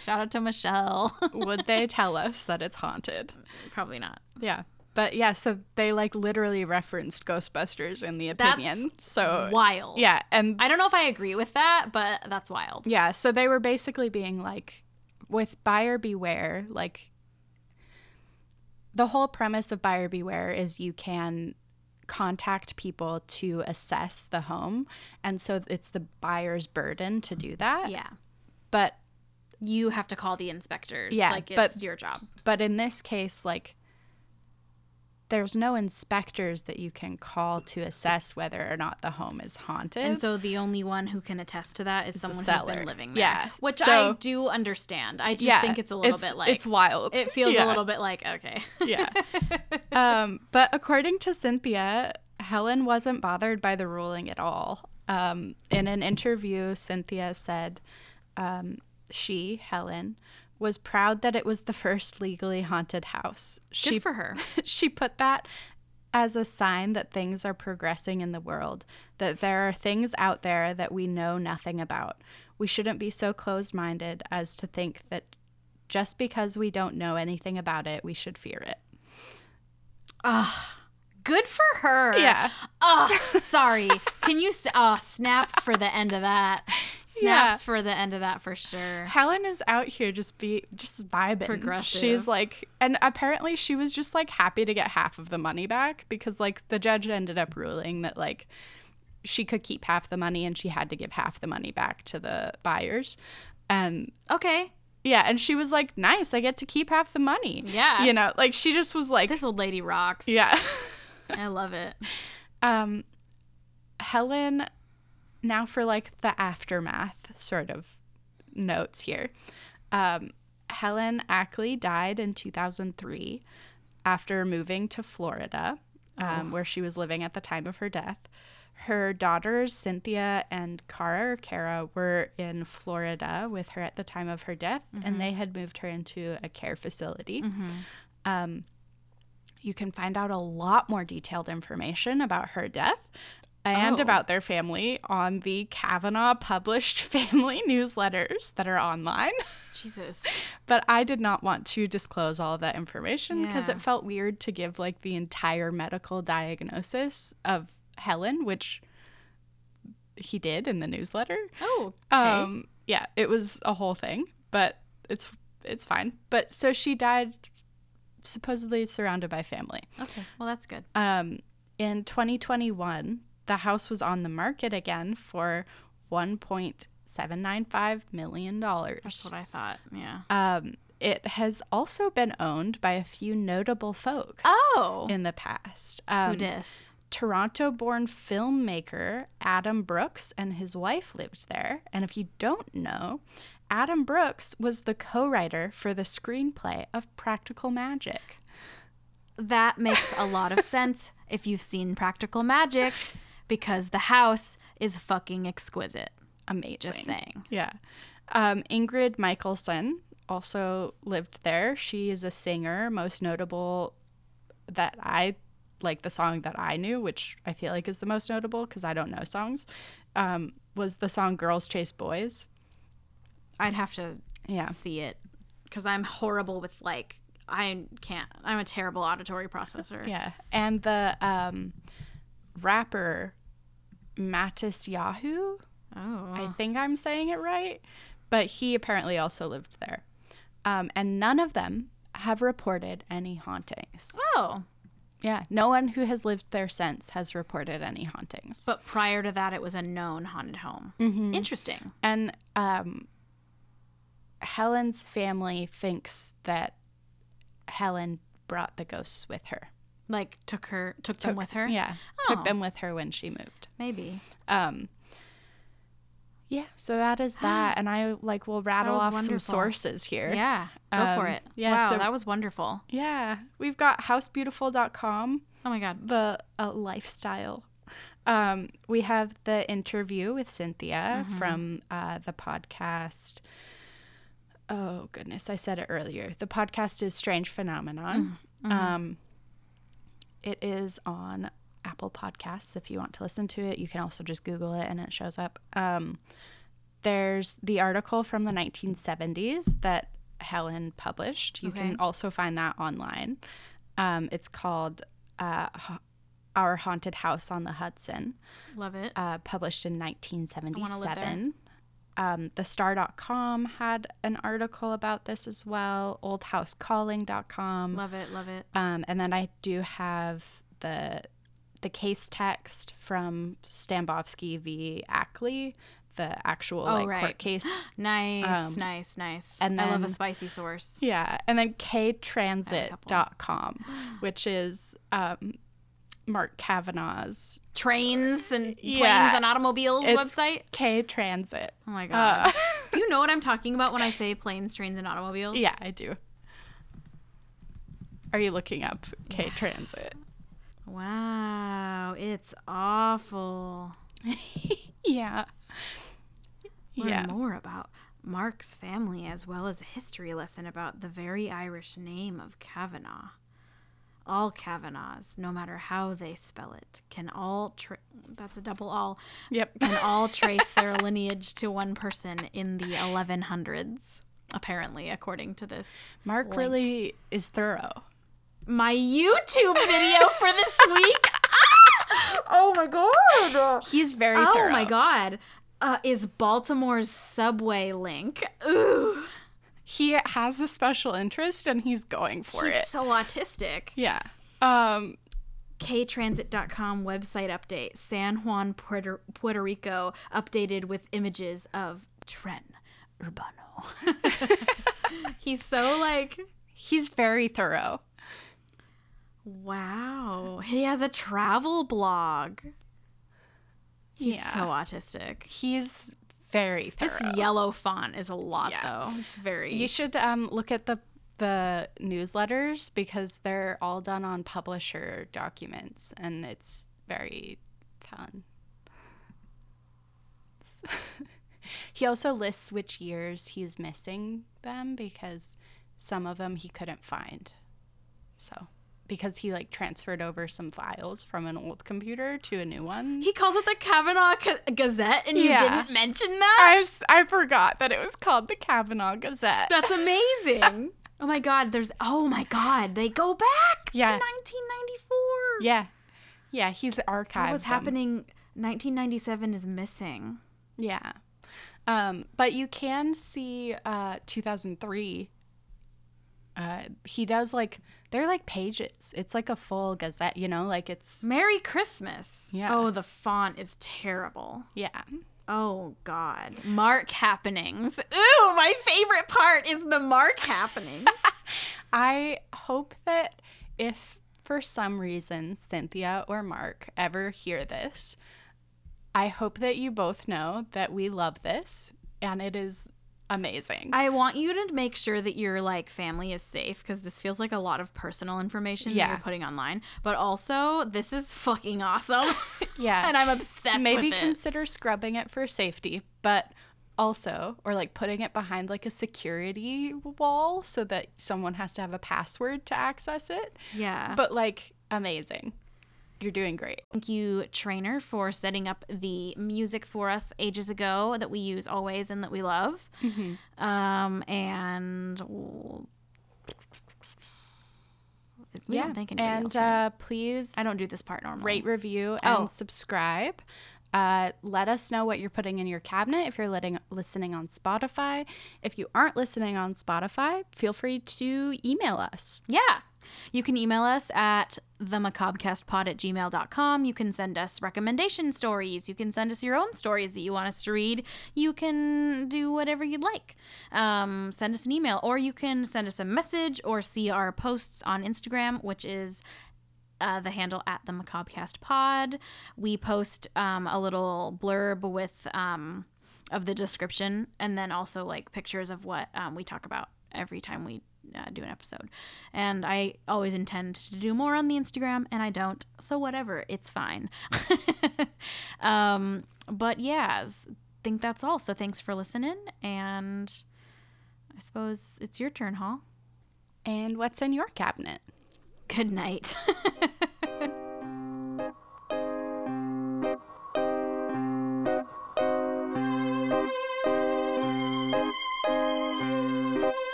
[SPEAKER 1] Shout out to Michelle.
[SPEAKER 2] would they tell us that it's haunted?
[SPEAKER 1] Probably not.
[SPEAKER 2] Yeah. But yeah, so they like literally referenced Ghostbusters in the
[SPEAKER 1] That's
[SPEAKER 2] opinion.
[SPEAKER 1] Uh,
[SPEAKER 2] so
[SPEAKER 1] Wild.
[SPEAKER 2] yeah, and
[SPEAKER 1] I don't know if I agree with that, but that's wild.
[SPEAKER 2] yeah, so they were basically being like with buyer beware, like the whole premise of buyer beware is you can contact people to assess the home, and so it's the buyer's burden to do that.
[SPEAKER 1] Yeah.
[SPEAKER 2] But
[SPEAKER 1] You have to call the inspectors.
[SPEAKER 2] Yeah,
[SPEAKER 1] Like
[SPEAKER 2] but-
[SPEAKER 1] it's your job.
[SPEAKER 2] But in this case, like, there's no inspectors that you can call to assess whether or not the home is haunted.
[SPEAKER 1] And so the only one who can attest to that is someone who's
[SPEAKER 2] seller.
[SPEAKER 1] been living there.
[SPEAKER 2] Yeah,
[SPEAKER 1] Which I
[SPEAKER 2] so-
[SPEAKER 1] do understand. I just
[SPEAKER 2] yeah,
[SPEAKER 1] think it's a little bit like
[SPEAKER 2] it's wild.
[SPEAKER 1] it feels
[SPEAKER 2] Yeah,
[SPEAKER 1] a little bit like okay.
[SPEAKER 2] yeah. um, but according to Cynthia, Helen wasn't bothered by the ruling at all. Um, in an interview, Cynthia said um, she, Helen, was proud that it was the first legally haunted house.
[SPEAKER 1] Good
[SPEAKER 2] She
[SPEAKER 1] for her.
[SPEAKER 2] she put that as a sign that things are progressing in the world, that there are things out there that we know nothing about. We shouldn't be so closed minded as to think that just because we don't know anything about it, we should fear it.
[SPEAKER 1] Ah, Good for her. Oh, sorry. Can you s- oh, snaps for the end of that? Snaps
[SPEAKER 2] Yeah.
[SPEAKER 1] for the end of that for sure.
[SPEAKER 2] Helen is out here just be just vibing.
[SPEAKER 1] Progressive.
[SPEAKER 2] She's like and apparently she was just like happy to get half of the money back because like the judge ended up ruling that like she could keep half the money and she had to give half the money back to the buyers. And
[SPEAKER 1] Okay.
[SPEAKER 2] yeah, and she was like, "Nice, I get to keep half the money."
[SPEAKER 1] Yeah.
[SPEAKER 2] You know, like she just was like,
[SPEAKER 1] This old lady rocks.
[SPEAKER 2] yeah.
[SPEAKER 1] I love it.
[SPEAKER 2] um Helen now for like the aftermath sort of notes here. Um Helen Ackley died in 2003 after moving to Florida, um, where she was living at the time of her death. Her daughters, Cynthia and Cara or Cara, were in Florida with her at the time of her death, and they had moved her into a care facility.
[SPEAKER 1] Mm-hmm.
[SPEAKER 2] Um, you can find out a lot more detailed information about her death and
[SPEAKER 1] Oh.
[SPEAKER 2] about their family on the Kavanaugh published family newsletters that are online
[SPEAKER 1] Jesus.
[SPEAKER 2] but I did not want to disclose all of that information because
[SPEAKER 1] Yeah.
[SPEAKER 2] it felt weird to give like the entire medical diagnosis of Helen, which he did in the newsletter.
[SPEAKER 1] Oh.
[SPEAKER 2] Um, yeah, it was a whole thing, but it's it's fine. But so she died supposedly surrounded by family.
[SPEAKER 1] okay. Well, that's good.
[SPEAKER 2] Um, in 2021, the house was on the market again for 1.795 million dollars.
[SPEAKER 1] That's what I thought. Yeah.
[SPEAKER 2] Um, it has also been owned by a few notable folks
[SPEAKER 1] Oh.
[SPEAKER 2] in the past. Um,
[SPEAKER 1] Who dis?
[SPEAKER 2] Toronto born filmmaker Adam Brooks and his wife lived there. And if you don't know, Adam Brooks was the co writer for the screenplay of Practical Magic.
[SPEAKER 1] That makes a lot of sense if you've seen Practical Magic, because the house is fucking exquisite.
[SPEAKER 2] Amazing.
[SPEAKER 1] Just saying.
[SPEAKER 2] Yeah. Um, Ingrid Michaelson also lived there. She is a singer, most notable that I like the song that I knew, which I feel like is the most notable because I don't know songs, um, was the song Girls Chase Boys.
[SPEAKER 1] I'd have to
[SPEAKER 2] Yeah.
[SPEAKER 1] see it because I'm horrible with like I can't. I'm a terrible auditory processor.
[SPEAKER 2] Yeah. And the um, rapper Mattis Yahoo,
[SPEAKER 1] Oh.
[SPEAKER 2] I think I'm saying it right, but he apparently also lived there. Um, and none of them have reported any hauntings.
[SPEAKER 1] oh.
[SPEAKER 2] Yeah, no one who has lived there since has reported any hauntings.
[SPEAKER 1] But prior to that, it was a known haunted home.
[SPEAKER 2] Mm-hmm.
[SPEAKER 1] Interesting.
[SPEAKER 2] And um, Helen's family thinks that Helen brought the ghosts with her.
[SPEAKER 1] Like took her, took, them with her.
[SPEAKER 2] Yeah,
[SPEAKER 1] Oh.
[SPEAKER 2] took them with her when she moved.
[SPEAKER 1] Maybe.
[SPEAKER 2] Um, yeah, so that is that. And I like will rattle
[SPEAKER 1] was
[SPEAKER 2] off some
[SPEAKER 1] wonderful.
[SPEAKER 2] sources here.
[SPEAKER 1] Yeah. Go for
[SPEAKER 2] Um,
[SPEAKER 1] it.
[SPEAKER 2] yeah,
[SPEAKER 1] Wow,
[SPEAKER 2] so-
[SPEAKER 1] that was wonderful.
[SPEAKER 2] Yeah, we've got housebeautiful.com.
[SPEAKER 1] Oh my god.
[SPEAKER 2] the uh, lifestyle. Um, we have the interview with Cynthia from uh, the podcast. Oh goodness, I said it earlier. The podcast is Strange Phenomenon. Um, it is on Apple Podcasts. If you want to listen to it, you can also just Google it and it shows up. Um, there's the article from the 1970s that Helen published. You
[SPEAKER 1] Okay.
[SPEAKER 2] can also find that online. Um, it's called uh, Ha- Our Haunted House on the Hudson,
[SPEAKER 1] Love it.
[SPEAKER 2] uh, published in 1977.
[SPEAKER 1] there.
[SPEAKER 2] Um, the star.com had an article about this as well, oldhousecalling.com.
[SPEAKER 1] Love it. Love it.
[SPEAKER 2] Um, and then I do have the the case text from Stambovsky v. Ackley, the actual like
[SPEAKER 1] Oh, right.
[SPEAKER 2] court case.
[SPEAKER 1] Nice, nice, nice.
[SPEAKER 2] um, and
[SPEAKER 1] I love a
[SPEAKER 2] then-
[SPEAKER 1] spicy source.
[SPEAKER 2] yeah, and then ktransit.com, which is um, Mark Kavanaugh's
[SPEAKER 1] Trains and planes
[SPEAKER 2] Yeah.
[SPEAKER 1] and automobiles
[SPEAKER 2] It's- uh,
[SPEAKER 1] website.
[SPEAKER 2] K Transit.
[SPEAKER 1] Oh my god. Do you know what I'm talking about when I say planes, trains, and automobiles?
[SPEAKER 2] Yeah, I do. Are you looking up K Transit?
[SPEAKER 1] Wow, it's awful.
[SPEAKER 2] Yeah.
[SPEAKER 1] Learn
[SPEAKER 2] Yeah.
[SPEAKER 1] more about Mark's family as well as a history lesson about the very Irish name of Kavanaugh. All Kavanaughs, no matter how they spell it, can all tra- that's a double all
[SPEAKER 2] Yep.
[SPEAKER 1] can all trace their lineage to one person in the 1100s, apparently, according to this.
[SPEAKER 2] Mark really is thorough.
[SPEAKER 1] My YouTube video for this week. oh my god.
[SPEAKER 2] He's very
[SPEAKER 1] Oh
[SPEAKER 2] thorough.
[SPEAKER 1] my god. Uh, is Baltimore's subway link. Ooh.
[SPEAKER 2] he has a special interest and he's going for
[SPEAKER 1] He's
[SPEAKER 2] it.
[SPEAKER 1] so autistic.
[SPEAKER 2] Yeah. Um
[SPEAKER 1] ktransit.com website update San Juan, Puerto, Puerto Rico, updated with images of Tren Urbano. He's so like,
[SPEAKER 2] He's very thorough.
[SPEAKER 1] wow. He has a travel blog. He's
[SPEAKER 2] Yeah.
[SPEAKER 1] so autistic.
[SPEAKER 2] He's very thorough.
[SPEAKER 1] This yellow font is a lot,
[SPEAKER 2] Yeah.
[SPEAKER 1] though. It's very.
[SPEAKER 2] You should um, look at the the newsletters because they're all done on publisher documents, and it's very fun. It's- he also lists which years he's missing them because some of them he couldn't find. So because he like transferred over some files from an old computer to a new one.
[SPEAKER 1] he calls it the Kavanaugh Ca- Gazette, and you
[SPEAKER 2] Yeah.
[SPEAKER 1] didn't mention that?
[SPEAKER 2] I I forgot that it was called the Kavanaugh Gazette.
[SPEAKER 1] That's amazing. oh my god, there's oh my god, they go back to
[SPEAKER 2] Yeah.
[SPEAKER 1] 1994.
[SPEAKER 2] Yeah. Yeah, he's archived.
[SPEAKER 1] What was
[SPEAKER 2] them.
[SPEAKER 1] happening 1997 is missing.
[SPEAKER 2] Yeah. Um, but you can see uh, 2003. Uh, he does like, they're like pages. It's like a full gazette, you know? Like it's,
[SPEAKER 1] Merry Christmas.
[SPEAKER 2] Yeah.
[SPEAKER 1] Oh, the font is terrible.
[SPEAKER 2] yeah.
[SPEAKER 1] Oh god. Mark happenings. Ooh, my favorite part is the mark happenings.
[SPEAKER 2] I hope that if for some reason Cynthia or Mark ever hear this, I hope that you both know that we love this and it is amazing.
[SPEAKER 1] I want you to make sure that your like family is safe because this feels like a lot of personal information that
[SPEAKER 2] Yeah.
[SPEAKER 1] you're putting online. But also, this is fucking awesome,
[SPEAKER 2] yeah.
[SPEAKER 1] and I'm obsessed.
[SPEAKER 2] maybe
[SPEAKER 1] with it.
[SPEAKER 2] consider scrubbing it for safety, but also or like putting it behind like a security wall so that someone has to have a password to access it.
[SPEAKER 1] Yeah.
[SPEAKER 2] But like amazing. You're doing great.
[SPEAKER 1] Thank you, Trainer, for setting up the music for us ages ago that we use always and that we love. Um, and we don't think anybody
[SPEAKER 2] and
[SPEAKER 1] else-
[SPEAKER 2] uh, please
[SPEAKER 1] I don't do this part normally.
[SPEAKER 2] rate, review, and
[SPEAKER 1] Oh.
[SPEAKER 2] subscribe. Uh, let us know what you're putting in your cabinet if you're letting, listening on Spotify. If you aren't listening on Spotify, feel free to email us.
[SPEAKER 1] Yeah. You can email us at themacabcastpod at gmail.com. You can send us recommendation stories. You can send us your own stories that you want us to read. You can do whatever you'd like. Um, send us an email, or you can send us a message or see our posts on Instagram, which is uh, the handle at the Macabcast Pod. We post um, a little blurb with um, of the description, and then also like pictures of what um, we talk about every time we uh, do an episode. And I always intend to do more on the Instagram, and I don't, so whatever, it's fine. um, but yeah, s- think that's all. So thanks for listening, and I suppose it's your turn, Hall.
[SPEAKER 2] And what's in your cabinet?
[SPEAKER 1] Good night.